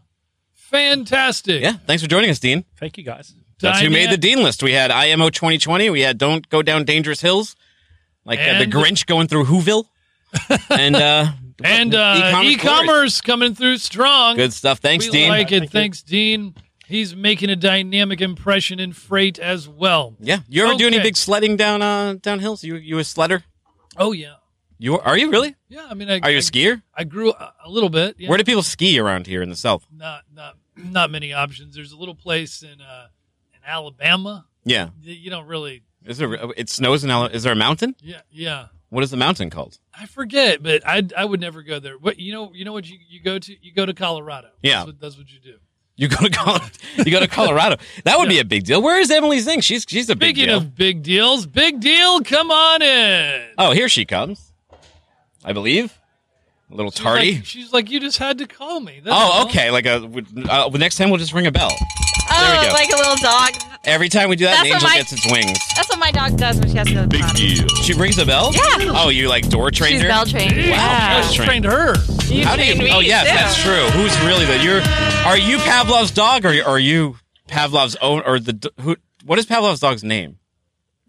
B: Fantastic.
A: Yeah. Thanks for joining us, Dean.
E: Thank you, guys.
A: That's who made the
B: Dynamic.
A: Dean list. We had IMO 2020. We had Don't Go Down Dangerous Hills, like uh, the
B: And-
A: Grinch going through Whoville, and uh,
B: And uh,
A: E-commerce
B: e commerce coming through strong.
A: Good stuff. Thanks,
B: we
A: Dean.
B: like it.
E: Thank you.
B: Thanks, Dean. He's making a dynamic impression in freight as well.
A: yeah. You ever do any
B: Okay.
A: big sledding down uh, down hills? You you a sledder?
B: Oh, yeah.
A: You are you really?
B: Yeah, I mean, I,
A: Are you
B: I,
A: a skier?
B: I grew a, a little bit. Yeah.
A: Where do people ski around here in the south?
B: not not not many options. There's a little place in uh, in Alabama.
A: Yeah.
B: that You don't really.
A: Is there uh, it snows in Ala- is there a mountain?
B: Yeah, yeah.
A: What is the mountain called?
B: I forget, but I I would never go there. What you know? You know what you, you go to? You go to Colorado.
A: Yeah.
B: that's what, that's what you do.
A: You go to Colorado. you go to Colorado. That would be a big deal. Where is Emily Zing? She's she's a big
B: Speaking
A: deal.
B: of big deals, big deal. Come on in.
A: oh, here she comes. I believe. A little tardy.
B: She's like, she's like, you just had to call me. That's
A: Oh,
B: all."
A: okay. Like a uh, well, next time we'll just ring a bell.
F: Oh,
A: There we go.
F: like a little dog.
A: Every time we do that,
F: That's
A: an
F: what
A: angel
F: my-
A: gets its wings.
F: That's what my dog does when she has to go to the potty.
A: She rings a bell.
F: Yeah.
A: Oh, you like door trained
F: She's
A: her.
F: bell trained.
B: Wow,
A: Wow.
B: I trained her.
F: You
A: How do you?
F: trained me
A: Oh, yes,
F: too.
A: that's true. Who's really the? You're. Are you Pavlov's dog, or are you Pavlov's own, or the d- who? What is Pavlov's dog's name?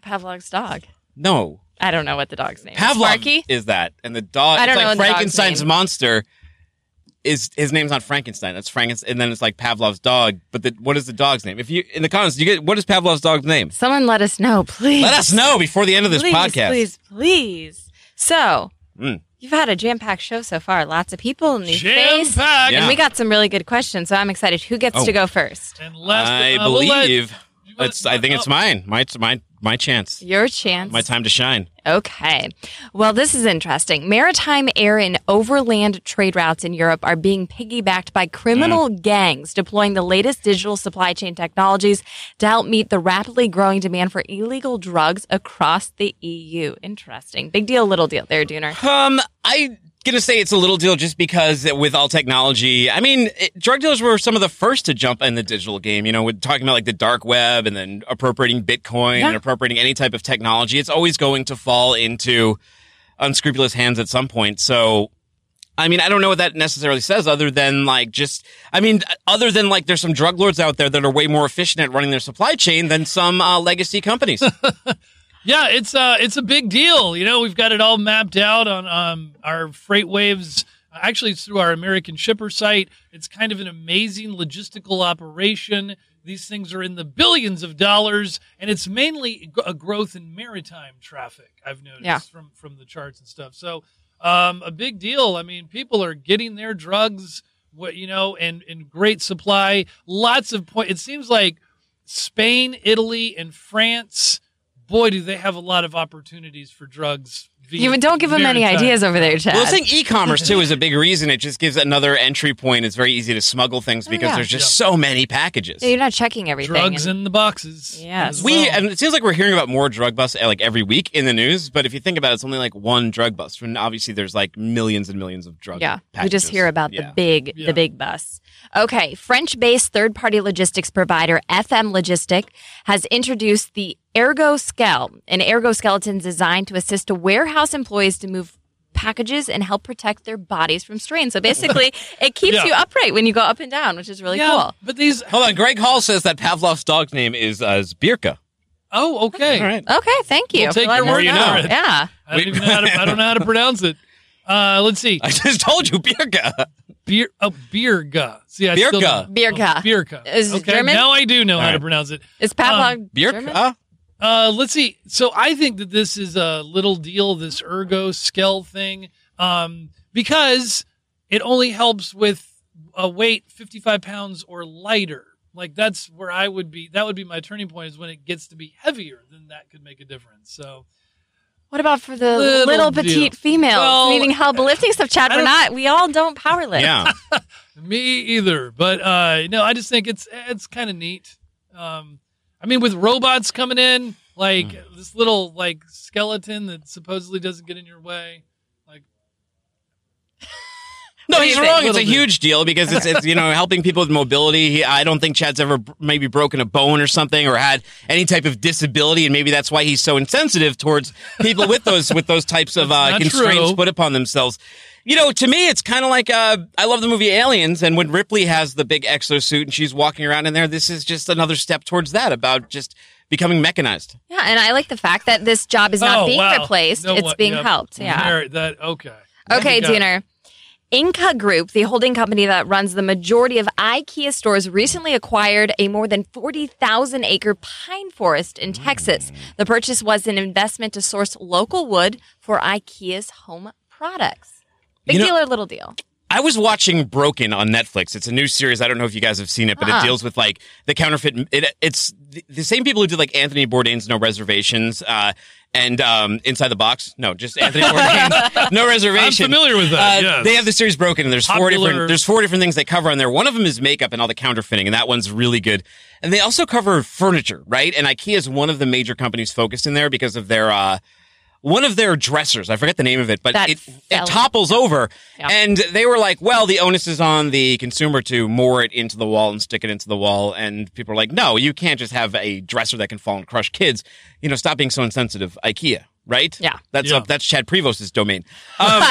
F: Pavlov's dog.
A: No,
F: I don't know what the dog's name. is.
A: Pavlov
F: Sparky.
A: is that, and the dog.
F: I don't
A: it's
F: know
A: like
F: the dog's
A: Frankenstein's
F: name.
A: monster. Is his name's not Frankenstein? That's Frankenstein, and then it's like Pavlov's dog. But the, what is the dog's name? If you in the comments, you get what is Pavlov's dog's name?
F: Someone let us know, please.
A: Let us know before the end of this
F: please,
A: podcast.
F: Please, please. So,
A: Mm.
F: you've had a jam packed show so far. Lots of people, new face.
B: Jam-packed.
A: Yeah.
F: And we got some really good questions, so I'm excited. Who gets
A: Oh.
F: to go first?
B: And last,
A: I
B: uh, we'll let-
A: believe
B: you wanna-
A: it's. I think it's
B: oh,
A: mine. My my my chance.
F: Your chance.
A: My time to shine.
F: Okay. Well, this is interesting. Maritime air and overland trade routes in Europe are being piggybacked by criminal gangs deploying the latest digital supply chain technologies to help meet the rapidly growing demand for illegal drugs across the EU. Interesting. Big deal, little deal there, Dooner.
A: Um, I gonna say it's a little deal just because with all technology, I mean, it, drug dealers were some of the first to jump in the digital game. You know, with talking about like the dark web and then appropriating Bitcoin and
F: Yeah.
A: appropriating any type of technology, it's always going to fall into unscrupulous hands at some point. So. I mean, I don't know what that necessarily says other than like just, I mean, other than like there's some drug lords out there that are way more efficient at running their supply chain than some uh, legacy companies.
B: Yeah, it's uh it's a big deal. You know, we've got it all mapped out on um our freight waves. Actually, it's through our American shipper site. It's kind of an amazing logistical operation. These things are in the billions of dollars, and it's mainly a growth in maritime traffic. I've noticed
F: Yeah.
B: from from the charts and stuff. So, um, a big deal. I mean, people are getting their drugs, what you know, and in great supply. Lots of point. It seems like Spain, Italy, and France. Boy, do they have a lot of opportunities for drugs. via
F: You don't give them any
B: maritime.
F: ideas over there, Chad.
A: Well, I think e-commerce too is a big reason. It just gives another entry point. It's very easy to smuggle things because
F: Oh, yeah.
A: there's just so many packages.
F: You're not checking everything.
B: Drugs
F: and-
B: in the boxes.
F: Yes.
B: as
A: We
B: well.
A: and it seems like we're hearing about more drug busts uh, like every week in the news. But if you think about it, it's only like one drug bust. And obviously, there's like millions and millions of drug.
F: Yeah,
A: packages.
F: we just hear about
A: Yeah.
F: the big,
B: Yeah.
F: the big bus. Okay, French-based third-party logistics provider FM Logistic has introduced the ErgoSkel, an ergoskeleton designed to assist warehouse employees to move packages and help protect their bodies from strain. So basically, it keeps
B: Yeah.
F: you upright when you go up and down, which is really
B: yeah,
F: cool.
B: but these.
A: Hold on, Greg Hall says that Pavlov's dog's name is uh, is Birka.
B: Oh, okay.
A: All right.
F: Okay, thank you.
B: We'll take
F: for letting
B: your
F: us
A: word for it.
F: Yeah.
B: I don't, even know how to, I don't know how to pronounce it. Uh, let's see.
A: I just told you Birka.
B: Beer, oh, Birga. See, I still
A: Birka.
B: don't-
F: Birka.
B: Oh, Birka.
F: Is it
B: okay.
F: German?
B: Now I do know how to
A: right.
B: pronounce it.
F: Is Pavlov
B: Um,
F: German?
A: Birka.
B: Uh, let's see. So I think that this is a little deal, this ergo scale thing, um, because it only helps with a weight 55 pounds or lighter. Like that's where I would be. That would be my turning point is when it gets to be heavier, then that could make a difference. So
F: What about for the
B: Little
F: little,
B: deal.
F: petite females
B: Well,
F: needing help lifting stuff, Chad?
B: I
F: We're
B: don't-
F: not. We all don't power lift.
A: Yeah.
B: Me either. But uh no, I just think it's it's kind of neat. Um I mean with robots coming in, Like this little like skeleton that supposedly doesn't get in your way.
A: No,
F: What do
A: he's
F: you think?
A: wrong. It's a
B: Little bit.
A: huge deal because it's, it's you know helping people with mobility. He, I don't think Chad's ever b- maybe broken a bone or something or had any type of disability, and maybe that's why he's so insensitive towards people with those with those types of
B: That's
A: uh,
B: not
A: constraints
B: true.
A: put upon themselves. You know, to me, it's kind of like uh, I love the movie Aliens, and when Ripley has the big exosuit and she's walking around in there, this is just another step towards that about just becoming mechanized.
F: Yeah, and I like the fact that this job is not
B: Oh,
F: being
B: wow.
F: replaced;
B: No,
F: it's
B: what-
F: being
B: yep.
F: helped. Yeah.
B: There- that okay. There
F: Okay,
B: you go.
F: Diener. Inca Group, the holding company that runs the majority of IKEA stores, recently acquired a more than 40,000 acre pine forest in Texas. The purchase was an investment to source local wood for IKEA's home products. Big
A: You know-
F: deal or little deal?
A: I was watching Broken on Netflix. It's a new series. I don't know if you guys have seen it, but it
B: Ah.
F: Uh-uh.
A: deals with like the counterfeit. It, it's the, the same people who did like Anthony Bourdain's No Reservations uh, and um, Inside the Box. No, just Anthony Bourdain's No Reservations. Uh,
B: familiar with that, yes.
A: They have the series Broken, and there's four
B: Popular-
A: different. There's four different things they cover on there. One of them is makeup and all the counterfeiting, and that one's really good. And they also cover furniture, right? And IKEA is one of the major companies focused in there because of their. Uh, one of their dressers, I forget the name of it, but
F: That
A: it, it
F: fell-
A: topples over.
F: Yeah.
A: And they were like, well, the onus is on the consumer to moor it into the wall and stick it into the wall. And people are like, no, you can't just have a dresser that can fall and crush kids. You know, stop being so insensitive. IKEA, right?
F: Yeah.
A: That's
B: Yeah.
A: Up, that's Chad Prevost's domain. Um,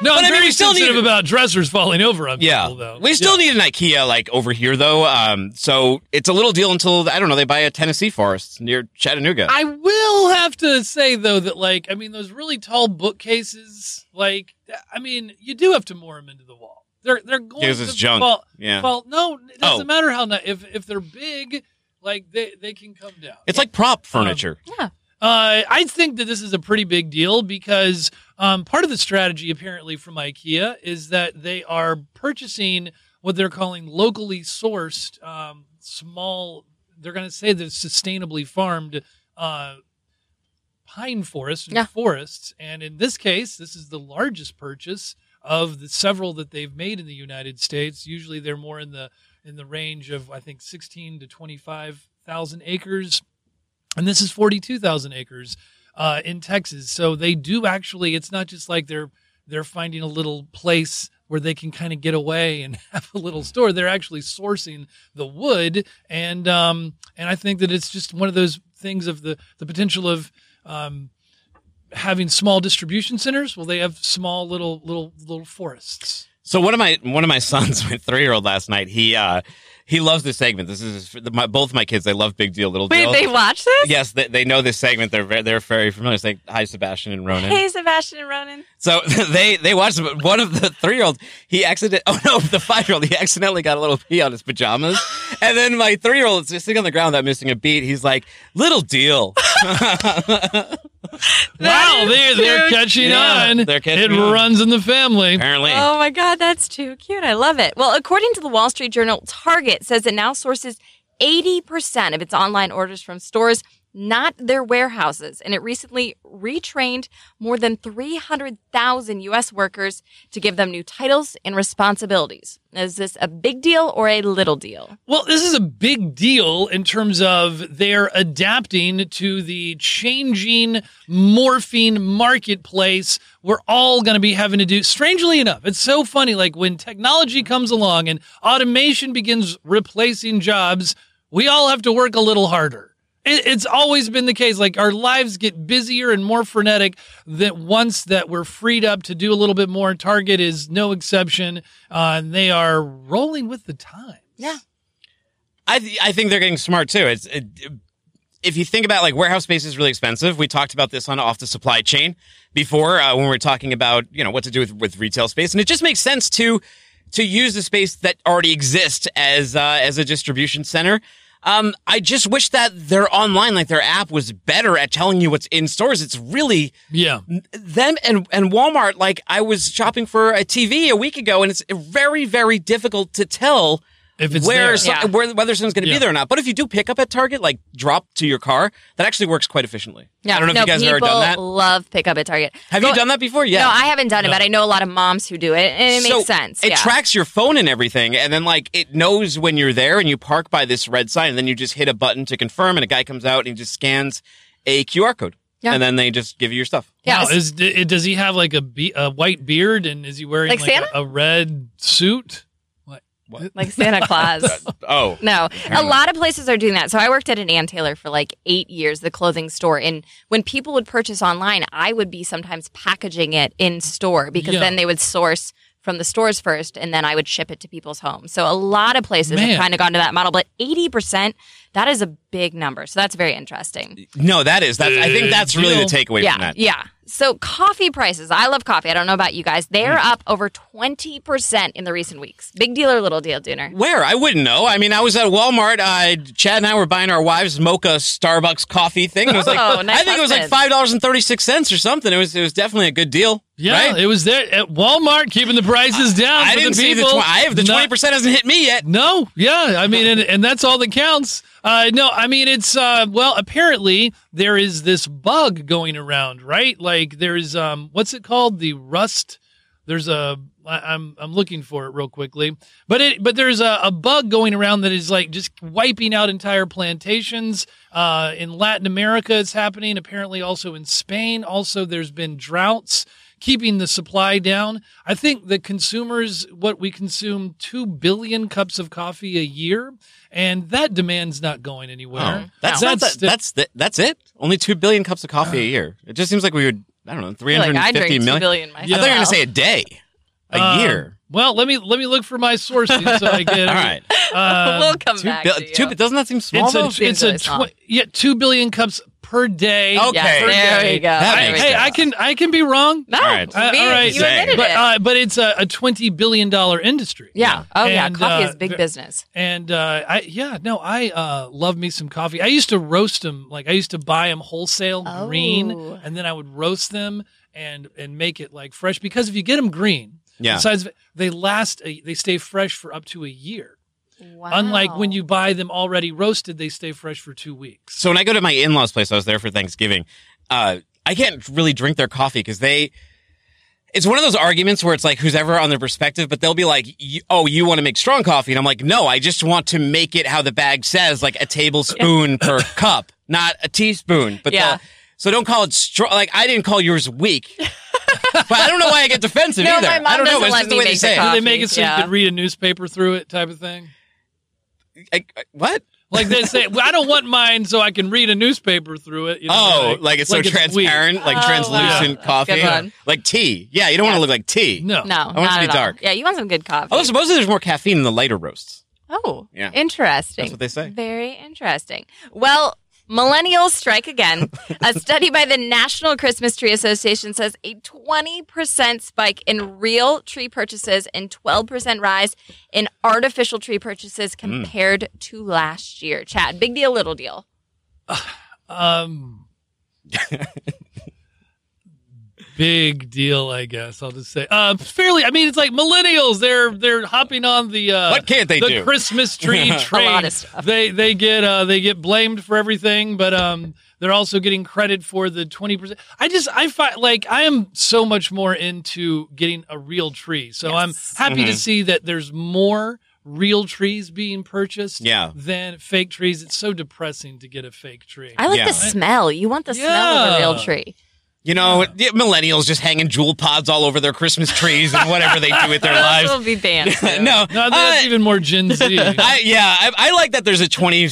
B: No, I'm
A: But I mean,
B: very
A: we still
B: sensitive
A: need-
B: about dressers falling over on
A: Yeah.
B: people though.
A: We still need an IKEA like over here though. Um, so it's a little deal until I don't know, they buy a Tennessee forest near Chattanooga.
B: I will have to say though that like I mean those really tall bookcases like I mean you do have to moor them into the wall. They're they're going
A: Because it's
B: to
A: junk.
B: fall.
A: Yeah.
B: fall- No, it doesn't
A: Oh.
B: matter how ni- if if they're big, like they they can come down.
A: it's like
F: um,
A: prop furniture.
B: Uh, I think that this is a pretty big deal because um, part of the strategy, apparently, from IKEA is that they are purchasing what they're calling locally sourced um, small. They're going to say that it's sustainably farmed uh, pine forests and
F: Yeah.
B: forests, and in this case, this is the largest purchase of the several that they've made in the United States. Usually, they're more in the in the range of I think sixteen to twenty five thousand acres and this is 42,000 acres uh, in Texas. So they do actually. It's not just like they're they're finding a little place where they can kind of get away and have a little store. They're actually sourcing the wood, and um, and I think that it's just one of those things of the the potential of. Um, having small distribution centers well they have small little little little forests
A: So one of my one of my sons, my three year old last night, he uh he loves this segment. This is his, my, both my kids. They love Big Deal, Little
F: Wait,
A: Deal.
F: they watch this?
A: yes, they, they know this segment. They're very, they're very familiar. It's like hi, Sebastian and Ronan.
F: Hey, Sebastian and Ronan.
A: So they they watched it, but one of the three year old. He accident. Oh no, the five year old. He accidentally got a little pee on his pajamas, and then my three year old is just sitting on the ground without missing a beat. He's like, "Little deal."
B: wow they're, they're catching
A: Yeah,
B: on
A: they're
B: it
A: catching on.
B: runs in the family
A: Apparently,
F: Oh my God, that's too cute. I love it. Well, according to the Wall Street Journal, Target says it now sources 80% of its online orders from stores, not their warehouses. And it recently retrained more than 300,000 U.S. workers to give them new titles and responsibilities. Is this a big deal or a little deal?
B: Well, this is a big deal in terms of they're adapting to the changing, morphing marketplace. We're all going to be having to do, strangely enough, it's so funny. Like when technology comes along and automation begins replacing jobs, we all have to work a little harder. It, it's always been the case. Like our lives get busier and more frenetic that once that we're freed up to do a little bit more. Target is no exception. Uh, and they are rolling with the times.
F: Yeah.
A: I th- I think they're getting smart too. It's it, if you think about like warehouse space is really expensive. We talked about this on off the supply chain before uh, when we were talking about you know what to do with with retail space, and it just makes sense to to use the space that already exists as uh, as a distribution center. Um, I just wish that their online, like their app, was better at telling you what's in stores. It's really
B: Yeah.
A: them and and Walmart. Like I was shopping for a TV a week ago, and it's very very difficult to tell
B: if it's
A: where,
B: there.
A: so-
F: Yeah.
A: where whether someone's going to
B: Yeah.
A: be there or not. But if you do pick up at Target, like drop to your car, that actually works quite efficiently. I don't know
F: no,
A: if you guys have ever done
F: people
A: that.
F: love pickup at Target.
A: Have
F: Go-
A: you done that before? Yeah.
F: No, I haven't done it, but I know a lot of moms who do it, and it
A: So
F: makes sense.
A: It
F: yeah.
A: tracks your phone and everything, and then like it knows when you're there, and you park by this red sign, and then you just hit a button to confirm, and a guy comes out and he just scans a QR code,
F: Yeah.
A: and then they just give you your stuff.
F: yeah,
B: Wow,
F: it's-
B: is, d- does he have like a, be- a white beard and is he wearing
F: Like
B: like,
F: Santa?
B: a, a red suit? What?
A: What?
F: like Santa Claus.
A: Oh,
F: No, a
A: Fair
F: lot of places are doing that. So I worked at an Ann Taylor for like eight years, the clothing store. And when people would purchase online, I would be sometimes packaging it in store because
B: Yeah.
F: then they would source from the stores first and then I would ship it to people's homes. So a lot of places
B: Man.
F: have kind of gone to that model, but 80%, that is a big number. So that's very interesting.
A: no, that is that's. I think that's really the
B: Deal.
A: takeaway
F: yeah.
A: from that.
F: Yeah. So coffee prices. I love coffee. I don't know about you guys. They're
B: Mm.
F: up over 20% in the recent weeks. Big deal or little deal, Dooner?
A: Where? I wouldn't know. I mean, I was at Walmart. Uh, Chad and I were buying our wives' mocha Starbucks coffee thing. It was like,
F: Oh, nice
A: I think it was like
F: husband.
A: five dollars and thirty six cents or something. It was it was definitely a good deal.
B: Yeah,
A: right?
B: it was there at Walmart keeping the prices down.
A: I
B: for
A: didn't
B: the
A: see the.
B: people.
A: Tw- I have the
B: Not-
A: twenty percent hasn't hit me yet.
B: No, yeah, I mean, and, and that's all that counts. Uh, no, I mean, it's uh, well, apparently there is this bug going around, right? Like there's um, what's it called? The rust. There's a I, I'm I'm looking for it real quickly, but it but there's a, a bug going around that is like just wiping out entire plantations. Uh, in Latin America, it's happening. Apparently, also in Spain. Also, there's been droughts keeping the supply down. I think the consumers, what we consume, 2 billion cups of coffee a year, and that demand's not going anywhere.
A: Oh, That's
B: No.
A: not
B: That's
A: that,
B: the-
A: that's the, that's it. Only two billion cups of coffee a year. It just seems like we would. I don't know, three
F: I feel
A: hundred
F: like I drink
A: fifty
F: 2
A: million.
F: billion
A: I
F: myself.
A: thought you were going to say a day, a
B: Um,
A: year.
B: Well, let me let me look for my sources so I get
A: All right,
B: Uh,
F: we'll come
A: two,
F: back.
A: bil-
F: to you.
A: two. bi- Doesn't that seem small?
B: it's
A: though?
B: a it's
F: Seems
B: a
F: really small.
B: tw- yeah, 2 billion cups per day.
A: Okay.
F: Yes, there we go.
A: That
B: I-
F: There we
A: makes
B: hey,
F: go.
B: I can I can be wrong.
F: No,
A: All right.
B: Uh,
F: we-
B: all right.
F: you
A: Dang.
F: admitted
B: But
F: it.
B: uh, but it's a, a 20 billion dollar industry.
F: yeah. Oh yeah.
B: And,
F: Coffee
B: uh,
F: is big
B: the-
F: business.
B: And uh, I yeah no I uh, love me some coffee. I used to roast them like I used to buy them wholesale
F: Oh.
B: green, and then I would roast them and and make it like fresh because if you get them green,
A: Yeah.
B: besides they last a, they stay fresh for up to a year.
F: Wow.
B: Unlike when you buy them already roasted, they stay fresh for two weeks.
A: So when I go to my in laws' place, I was there for Thanksgiving. Uh, I can't really drink their coffee because they. It's one of those arguments where it's like who's ever on their perspective, but they'll be like, y- "Oh, you want to make strong coffee?" And I'm like, "No, I just want to make it how the bag says, like a tablespoon per cup, not a teaspoon." But
F: Yeah.
A: they'll- so don't call it strong. Like I didn't call yours weak, but I don't know why I get defensive
F: No,
A: either.
F: my mom
A: I don't know.
F: doesn't
A: It's
F: let
A: just the
F: me
A: way they
F: make the
A: say
B: Do
A: it.
B: they make it so
F: yeah.
B: you could read a newspaper through it, type of thing?
A: I- I- uh, what?
B: Like they say, well, I don't want mine, so I can read a newspaper through it. you know,
A: Oh, like it's so
B: weak.
A: transparent, like
F: Oh, wow.
A: translucent
F: That's a good
A: coffee,
F: one.
A: like tea. Yeah, you don't want to look like tea.
B: No,
F: no,
A: want it
F: not
A: to be
F: at all.
A: dark.
F: Yeah, you want some good coffee.
A: Although supposedly there's more caffeine in the lighter roasts.
F: Oh,
A: Yeah.
F: interesting.
A: That's what they say.
F: Very interesting. Well, millennials strike again. a study by the National Christmas Tree Association says a 20% spike in real tree purchases and 12% rise in artificial tree purchases compared to last year. Chad, big deal, little deal.
B: Um, big deal, I guess. I'll just say, uh, fairly. I mean, it's like millennials. They're they're hopping on the uh,
A: What can't they
B: the
A: do?
B: Christmas tree train.
F: lot of stuff.
B: They they get uh, they get blamed for everything, but um, they're also getting credit for the twenty percent. I just I find like I am so much more into getting a real tree. So I'm
F: Yes.
B: happy to see that there's more real trees being purchased
A: Yeah.
B: than fake trees. It's so depressing to get a fake tree.
F: I like
A: Yeah.
F: the smell. You want the smell of the real
B: Yeah.
F: tree.
A: You know, the millennials just hanging jewel pods all over their Christmas trees and whatever they do with their lives.
F: will be banned. soon.
A: No,
B: No, that's
A: uh,
B: even more Gen Z.
A: I, yeah, I, I like that there's a 20,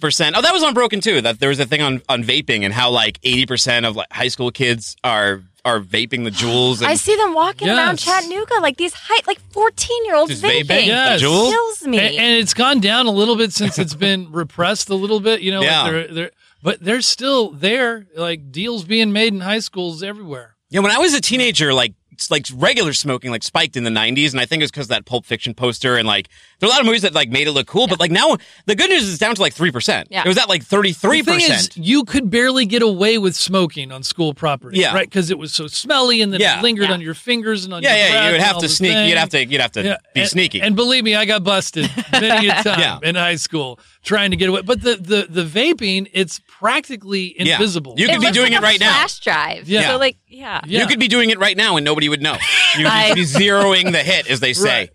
A: percent Oh, that was on Broken too. That there was a thing on, on vaping and how like 80% of like high school kids are are vaping the jewels and
F: I see them walking around
B: Yes.
F: Chattanooga like these high, like fourteen year olds
A: just
F: vaping.
A: vaping the
B: Yes.
A: jewel.
F: Kills me.
B: and, and it's gone down a little bit since it's been repressed a little bit. You know,
A: Yeah.
B: like they're, they're, but they're still there. Like deals being made in high schools everywhere.
A: Yeah, when I was a teenager, like like regular smoking like spiked in the 90s and I think it's cuz that Pulp Fiction poster and like there are a lot of movies that like made it look cool but like now the good news is it's down to like 3%.
F: Yeah.
A: It was at like
B: The
A: 33%.
B: thing is, you could barely get away with smoking on school property,
A: Yeah.
B: right? Because it was so smelly, and then
A: Yeah.
B: it lingered
F: Yeah.
B: on your fingers and on
A: yeah,
B: your
A: yeah, you
B: breath
A: would
B: and
A: have
B: all
A: to
B: the
A: sneak.
B: thing.
A: You'd have to you'd have to
B: Yeah,
A: be
B: and-
A: sneaky.
B: And believe me, I got busted many a time
A: Yeah.
B: in high school trying to get away. But the the, the vaping, it's practically
A: Yeah.
B: invisible.
A: You could be
F: looks
A: doing
F: like
A: it
F: a
A: right now.
F: Flash drive.
B: Yeah.
F: So like, yeah.
B: Yeah.
A: You could be doing it right now and nobody would know. You
F: I-
A: would be zeroing the hit, as they say.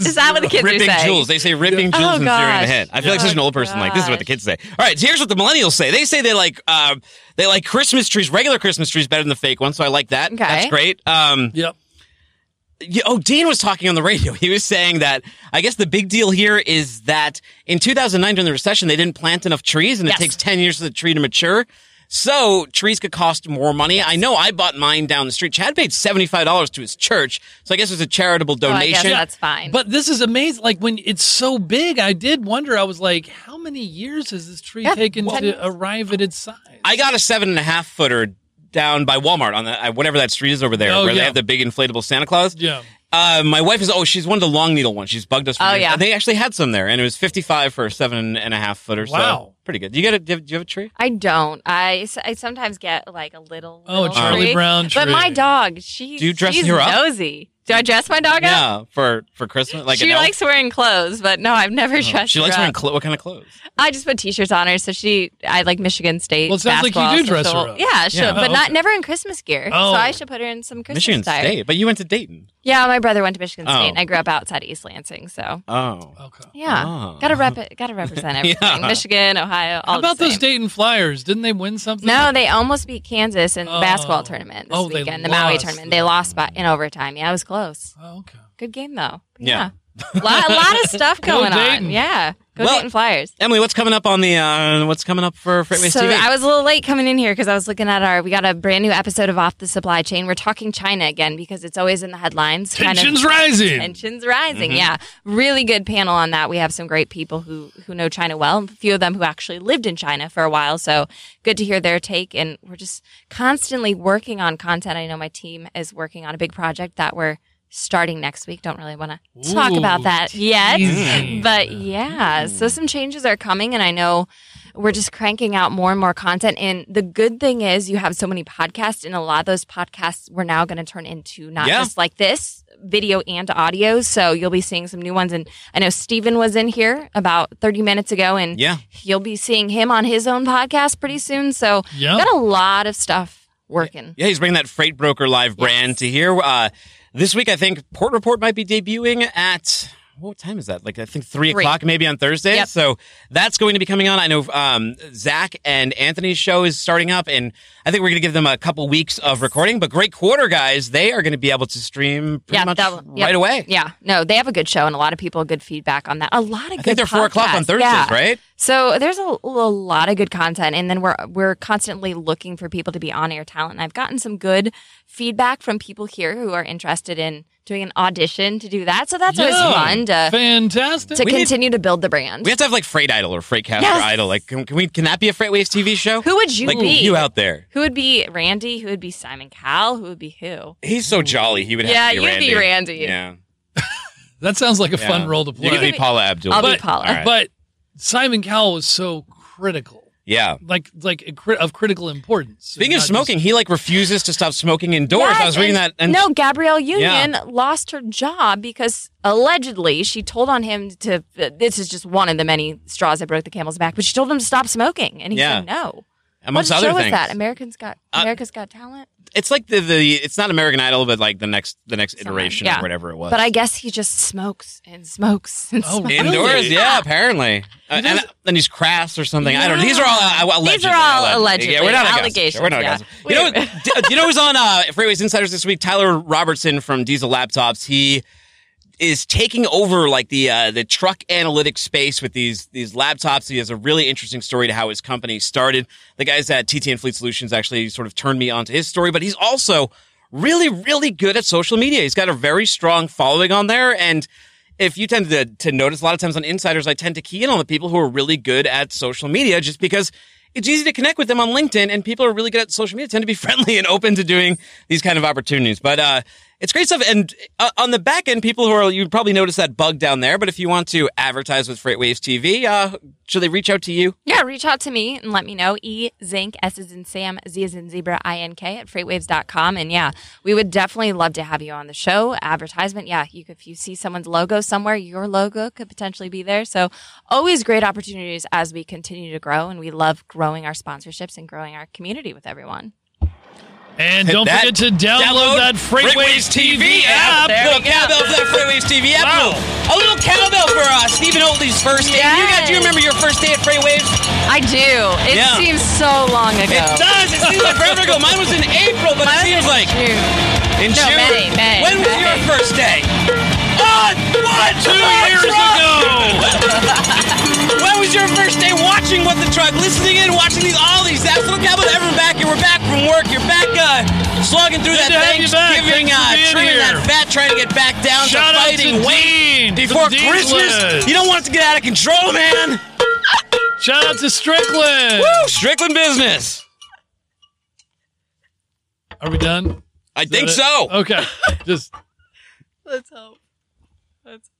F: Is that what the kids
A: ripping
F: are saying?
A: jewels. They say ripping jewels
F: Oh,
A: and zeroing the
F: gosh. Oh,
A: hit. I feel like such an old person. Like this is what the
F: gosh.
A: kids say. All right, so here's what the millennials say. They say they like uh, they like Christmas trees, regular Christmas trees, better than the fake ones. So I like that.
F: Okay.
A: That's great. Um,
B: Yep.
A: yeah, oh, Dean was talking on the radio. He was saying that I guess the big deal here is that in 2009 during the recession, they didn't plant enough trees, and
F: Yes.
A: it takes 10 years for the tree to mature. So trees could cost more money. I know I bought mine down the street. Chad paid $75 to his church. So I guess it was a charitable
F: Oh, I guess
A: donation.
F: that's fine.
B: But this is amazing. Like when it's so big, I did wonder. I was like, how many years has this tree
F: Yeah,
B: taken
F: well-
B: to arrive at its size?
A: I got a seven and a half footer down by Walmart on that whatever that street is over there
B: Oh,
A: where they
B: yeah.
A: have the big inflatable Santa Claus.
B: yeah.
A: Uh, my wife is oh she's one of the long needle ones. She's bugged us. For
F: Oh,
A: years.
F: yeah.
A: And they actually had some there, and it was fifty five for a seven and a half footer. So
B: Wow.
A: pretty good. Do you get it? Do you have, do you have a tree?
F: I don't. I, s- I sometimes get like a little.
B: Oh, a
F: little
B: Charlie
F: tree.
B: Brown
F: But
B: tree.
F: my dog, she
A: Do you dress
F: she's
A: her up?
F: nosy. Do I dress my dog up?
A: yeah, for for Christmas. Like an
F: she
A: elf? Oh.
F: likes wearing clothes, but no, I've never dressed
A: She likes
F: her
A: wearing
F: up.
A: clo- what kind of clothes?
F: I just put t-shirts on her, so she. I like Michigan State.
B: Well, it sounds like you
F: basketball,
B: do
F: so
B: dress her
F: she'll-
B: up.
F: Yeah, sure,
B: Yeah.
F: but
B: Oh,
F: not
B: okay.
F: never in Christmas gear.
B: Oh.
F: So I should put her in some Christmas
A: Michigan
F: attire.
A: State, but you went to Dayton.
F: Yeah, my brother went to Michigan
A: Oh.
F: State. and I grew up outside East Lansing, so
A: Oh,
B: Okay.
F: yeah,
A: Ah.
F: gotta rep it. Gotta represent everything. Michigan, Ohio. All
B: How about
F: the
B: those
F: same.
B: Dayton Flyers? Didn't they win something?
F: No, they almost beat Kansas in the
B: Oh.
F: basketball tournament this
B: Oh, they
F: weekend, the Maui
B: lost.
F: tournament. They lost by in overtime. Yeah, it was close.
B: Oh, okay.
F: Good game though. But
A: Yeah.
F: yeah. lot, a lot of stuff
B: Go
F: going on.
B: Dayton.
F: Yeah. Go
A: Well,
F: Dayton Flyers.
A: Emily, what's coming up on the uh, what's coming up for Freightways
F: So
A: TV?
F: I was a little late coming in here because I was looking at our. We got a brand new episode of Off the Supply Chain. We're talking China again because it's always in the headlines. kind of-
B: Tensions rising. Mm-hmm.
F: Tensions rising. Yeah, really good panel on that. We have some great people who who know China well, and a few of them who actually lived in China for a while. So good to hear their take. And we're just constantly working on content. I know my team is working on a big project that we're starting next week. Don't really want to talk
B: Ooh,
F: about that yet,
B: teasing.
F: but yeah. So some changes are coming, and I know. We're just cranking out more and more content. And the good thing is, you have so many podcasts, and a lot of those podcasts we're now going to turn into not
A: Yeah.
F: just like this video and audio so you'll be seeing some new ones and i know steven was in here about 30 minutes ago and
A: Yeah.
F: you'll be seeing him on his own podcast pretty soon so
B: Yeah.
F: got a lot of stuff working
A: Yeah, he's bringing that Freight Broker Live brand to here. Uh, this week, I think Port Report might be debuting at what time is that? Like I think three,
F: Three.
A: o'clock, maybe on Thursday.
F: Yep.
A: So that's going to be coming on. I know um, Zach and Anthony's show is starting up, and I think we're going to give them a couple weeks of recording. But great quarter, guys! They are going to be able to stream pretty much
F: that- yep.
A: right away.
F: yeah no they have a good show and a lot of people good feedback on that a lot of
A: I
F: good
A: think they're four o'clock on
F: podcasts.
A: Thursdays,
F: Yeah.
A: right?
F: So there's a, a lot of good content, and then we're we're constantly looking for people to be on air talent. And I've gotten some good feedback from people here who are interested in doing an audition to do that. So that's always
B: Yeah.
F: fun to
B: Fantastic.
F: to
A: need-
F: continue to build the brand.
A: We have to have like Freight Idol or Freightcaster
F: Yes.
A: Idol. Like, can, can we? Can that be a Freightwaves TV show?
F: who would you
A: like
F: be?
A: you out there?
F: who would be Randy? Who would be Simon Cowell? Who would be who?
A: He's so jolly. He would.
F: Yeah,
A: have to be
F: you'd
A: Randy.
F: be Randy.
A: Yeah.
B: that sounds like a
A: Yeah.
B: fun role to play.
A: You could be
F: But-
A: Paula Abdul.
F: I'll be
B: But-
F: Paula.
A: all right.
B: But Simon Cowell was so critical,
A: yeah.
B: like like a cri- of critical importance.
A: Speaking
B: Not
A: of
B: just-
A: smoking, he like refuses to stop smoking indoors. I
F: Yes,
A: was reading that,
F: and-
A: and
F: no, Gabrielle Union
A: Yeah.
F: lost her job because allegedly she told on him to. This is just one of the many straws that broke the camel's back, but she told him to stop smoking, and he
A: Yeah.
F: said no.
A: amongst
F: what
A: other
F: show
A: things,
F: is that? Americans Got
A: Uh,
F: America's Got Talent.
A: it's like the, the it's not American Idol, but like the next the next iteration
F: yeah.
A: or whatever it was.
F: But I guess he just smokes and smokes and
B: Oh,
F: smokes.
A: indoors,
B: Really?
A: yeah, apparently, uh, and
B: does-
A: then he's crass or something. I don't know. These are all uh, allegedly.
F: These are all
A: Yeah, we're
F: allegedly.
A: not a gossip show.
F: Allegations,
A: We're not a
F: yeah.
A: gossip. You know, what- do you know who's on uh, Freeways Insiders this week? Tyler Robertson from Diesel Laptops. He is taking over like the uh, the truck analytics space with these these laptops. He has a really interesting story to how his company started. The guys at TTN Fleet Solutions actually sort of turned me onto his story, but he's also really really good at social media. He's got a very strong following on there and if you tend to, to notice a lot of times on insiders, I tend to key in on the people who are really good at social media just because it's easy to connect with them on LinkedIn and people who are really good at social media tend to be friendly and open to doing these kind of opportunities. But uh, It's great stuff. And uh, on the back end, people who are, you probably noticed that bug down there, but if you want to advertise with FreightWaves TV, uh, should they reach out to you?
F: Yeah, reach out to me and let me know. E Zinc, S is in Sam, Z is in Zebra, I N K at freightwaves.com. And yeah, we would definitely love to have you on the show. Advertisement, yeah, you, if you see someone's logo somewhere, your logo could potentially be there. So always great opportunities as we continue to grow. And we love growing our sponsorships and growing our community with everyone.
B: And don't
A: That-
B: forget to download, that Freightways TV app.
A: Little cowbell for that Freightways TV app.
B: Wow.
A: A little cowbell for uh, Stephen Oldie's first day. You guys, do you
F: Yes.
A: remember your first day at Freightwaves?
F: I do. It
A: Yeah.
F: seems so long ago.
A: It does. It seems like forever ago. Mine was in April, but it seems like in
F: No,
A: June.
F: May, May,
A: when was
F: May.
A: your first day? On what?
B: Two years ago.
A: When was your first day watching What the Truck? Listening in, watching these all these. That's what happened. Everyone back here. We're back from work. You're back uh, slogging through
B: Good
A: that
B: to have you back.
A: Thanksgiving,
B: Thanks for
A: uh,
B: being
A: trimming
B: here.
A: that fat, trying to get back down
B: Shout
A: to
B: out to
A: fighting
B: Dean,
A: weight
B: to the
A: before
B: Dean's
A: Christmas.
B: List.
A: You don't want it to get out of control, man.
B: Shout out to Strickland.
A: Woo, Strickland business.
B: Are we done?
A: I
B: Is
A: think
B: that it?
A: so.
B: Okay. Just
F: Let's hope. Let's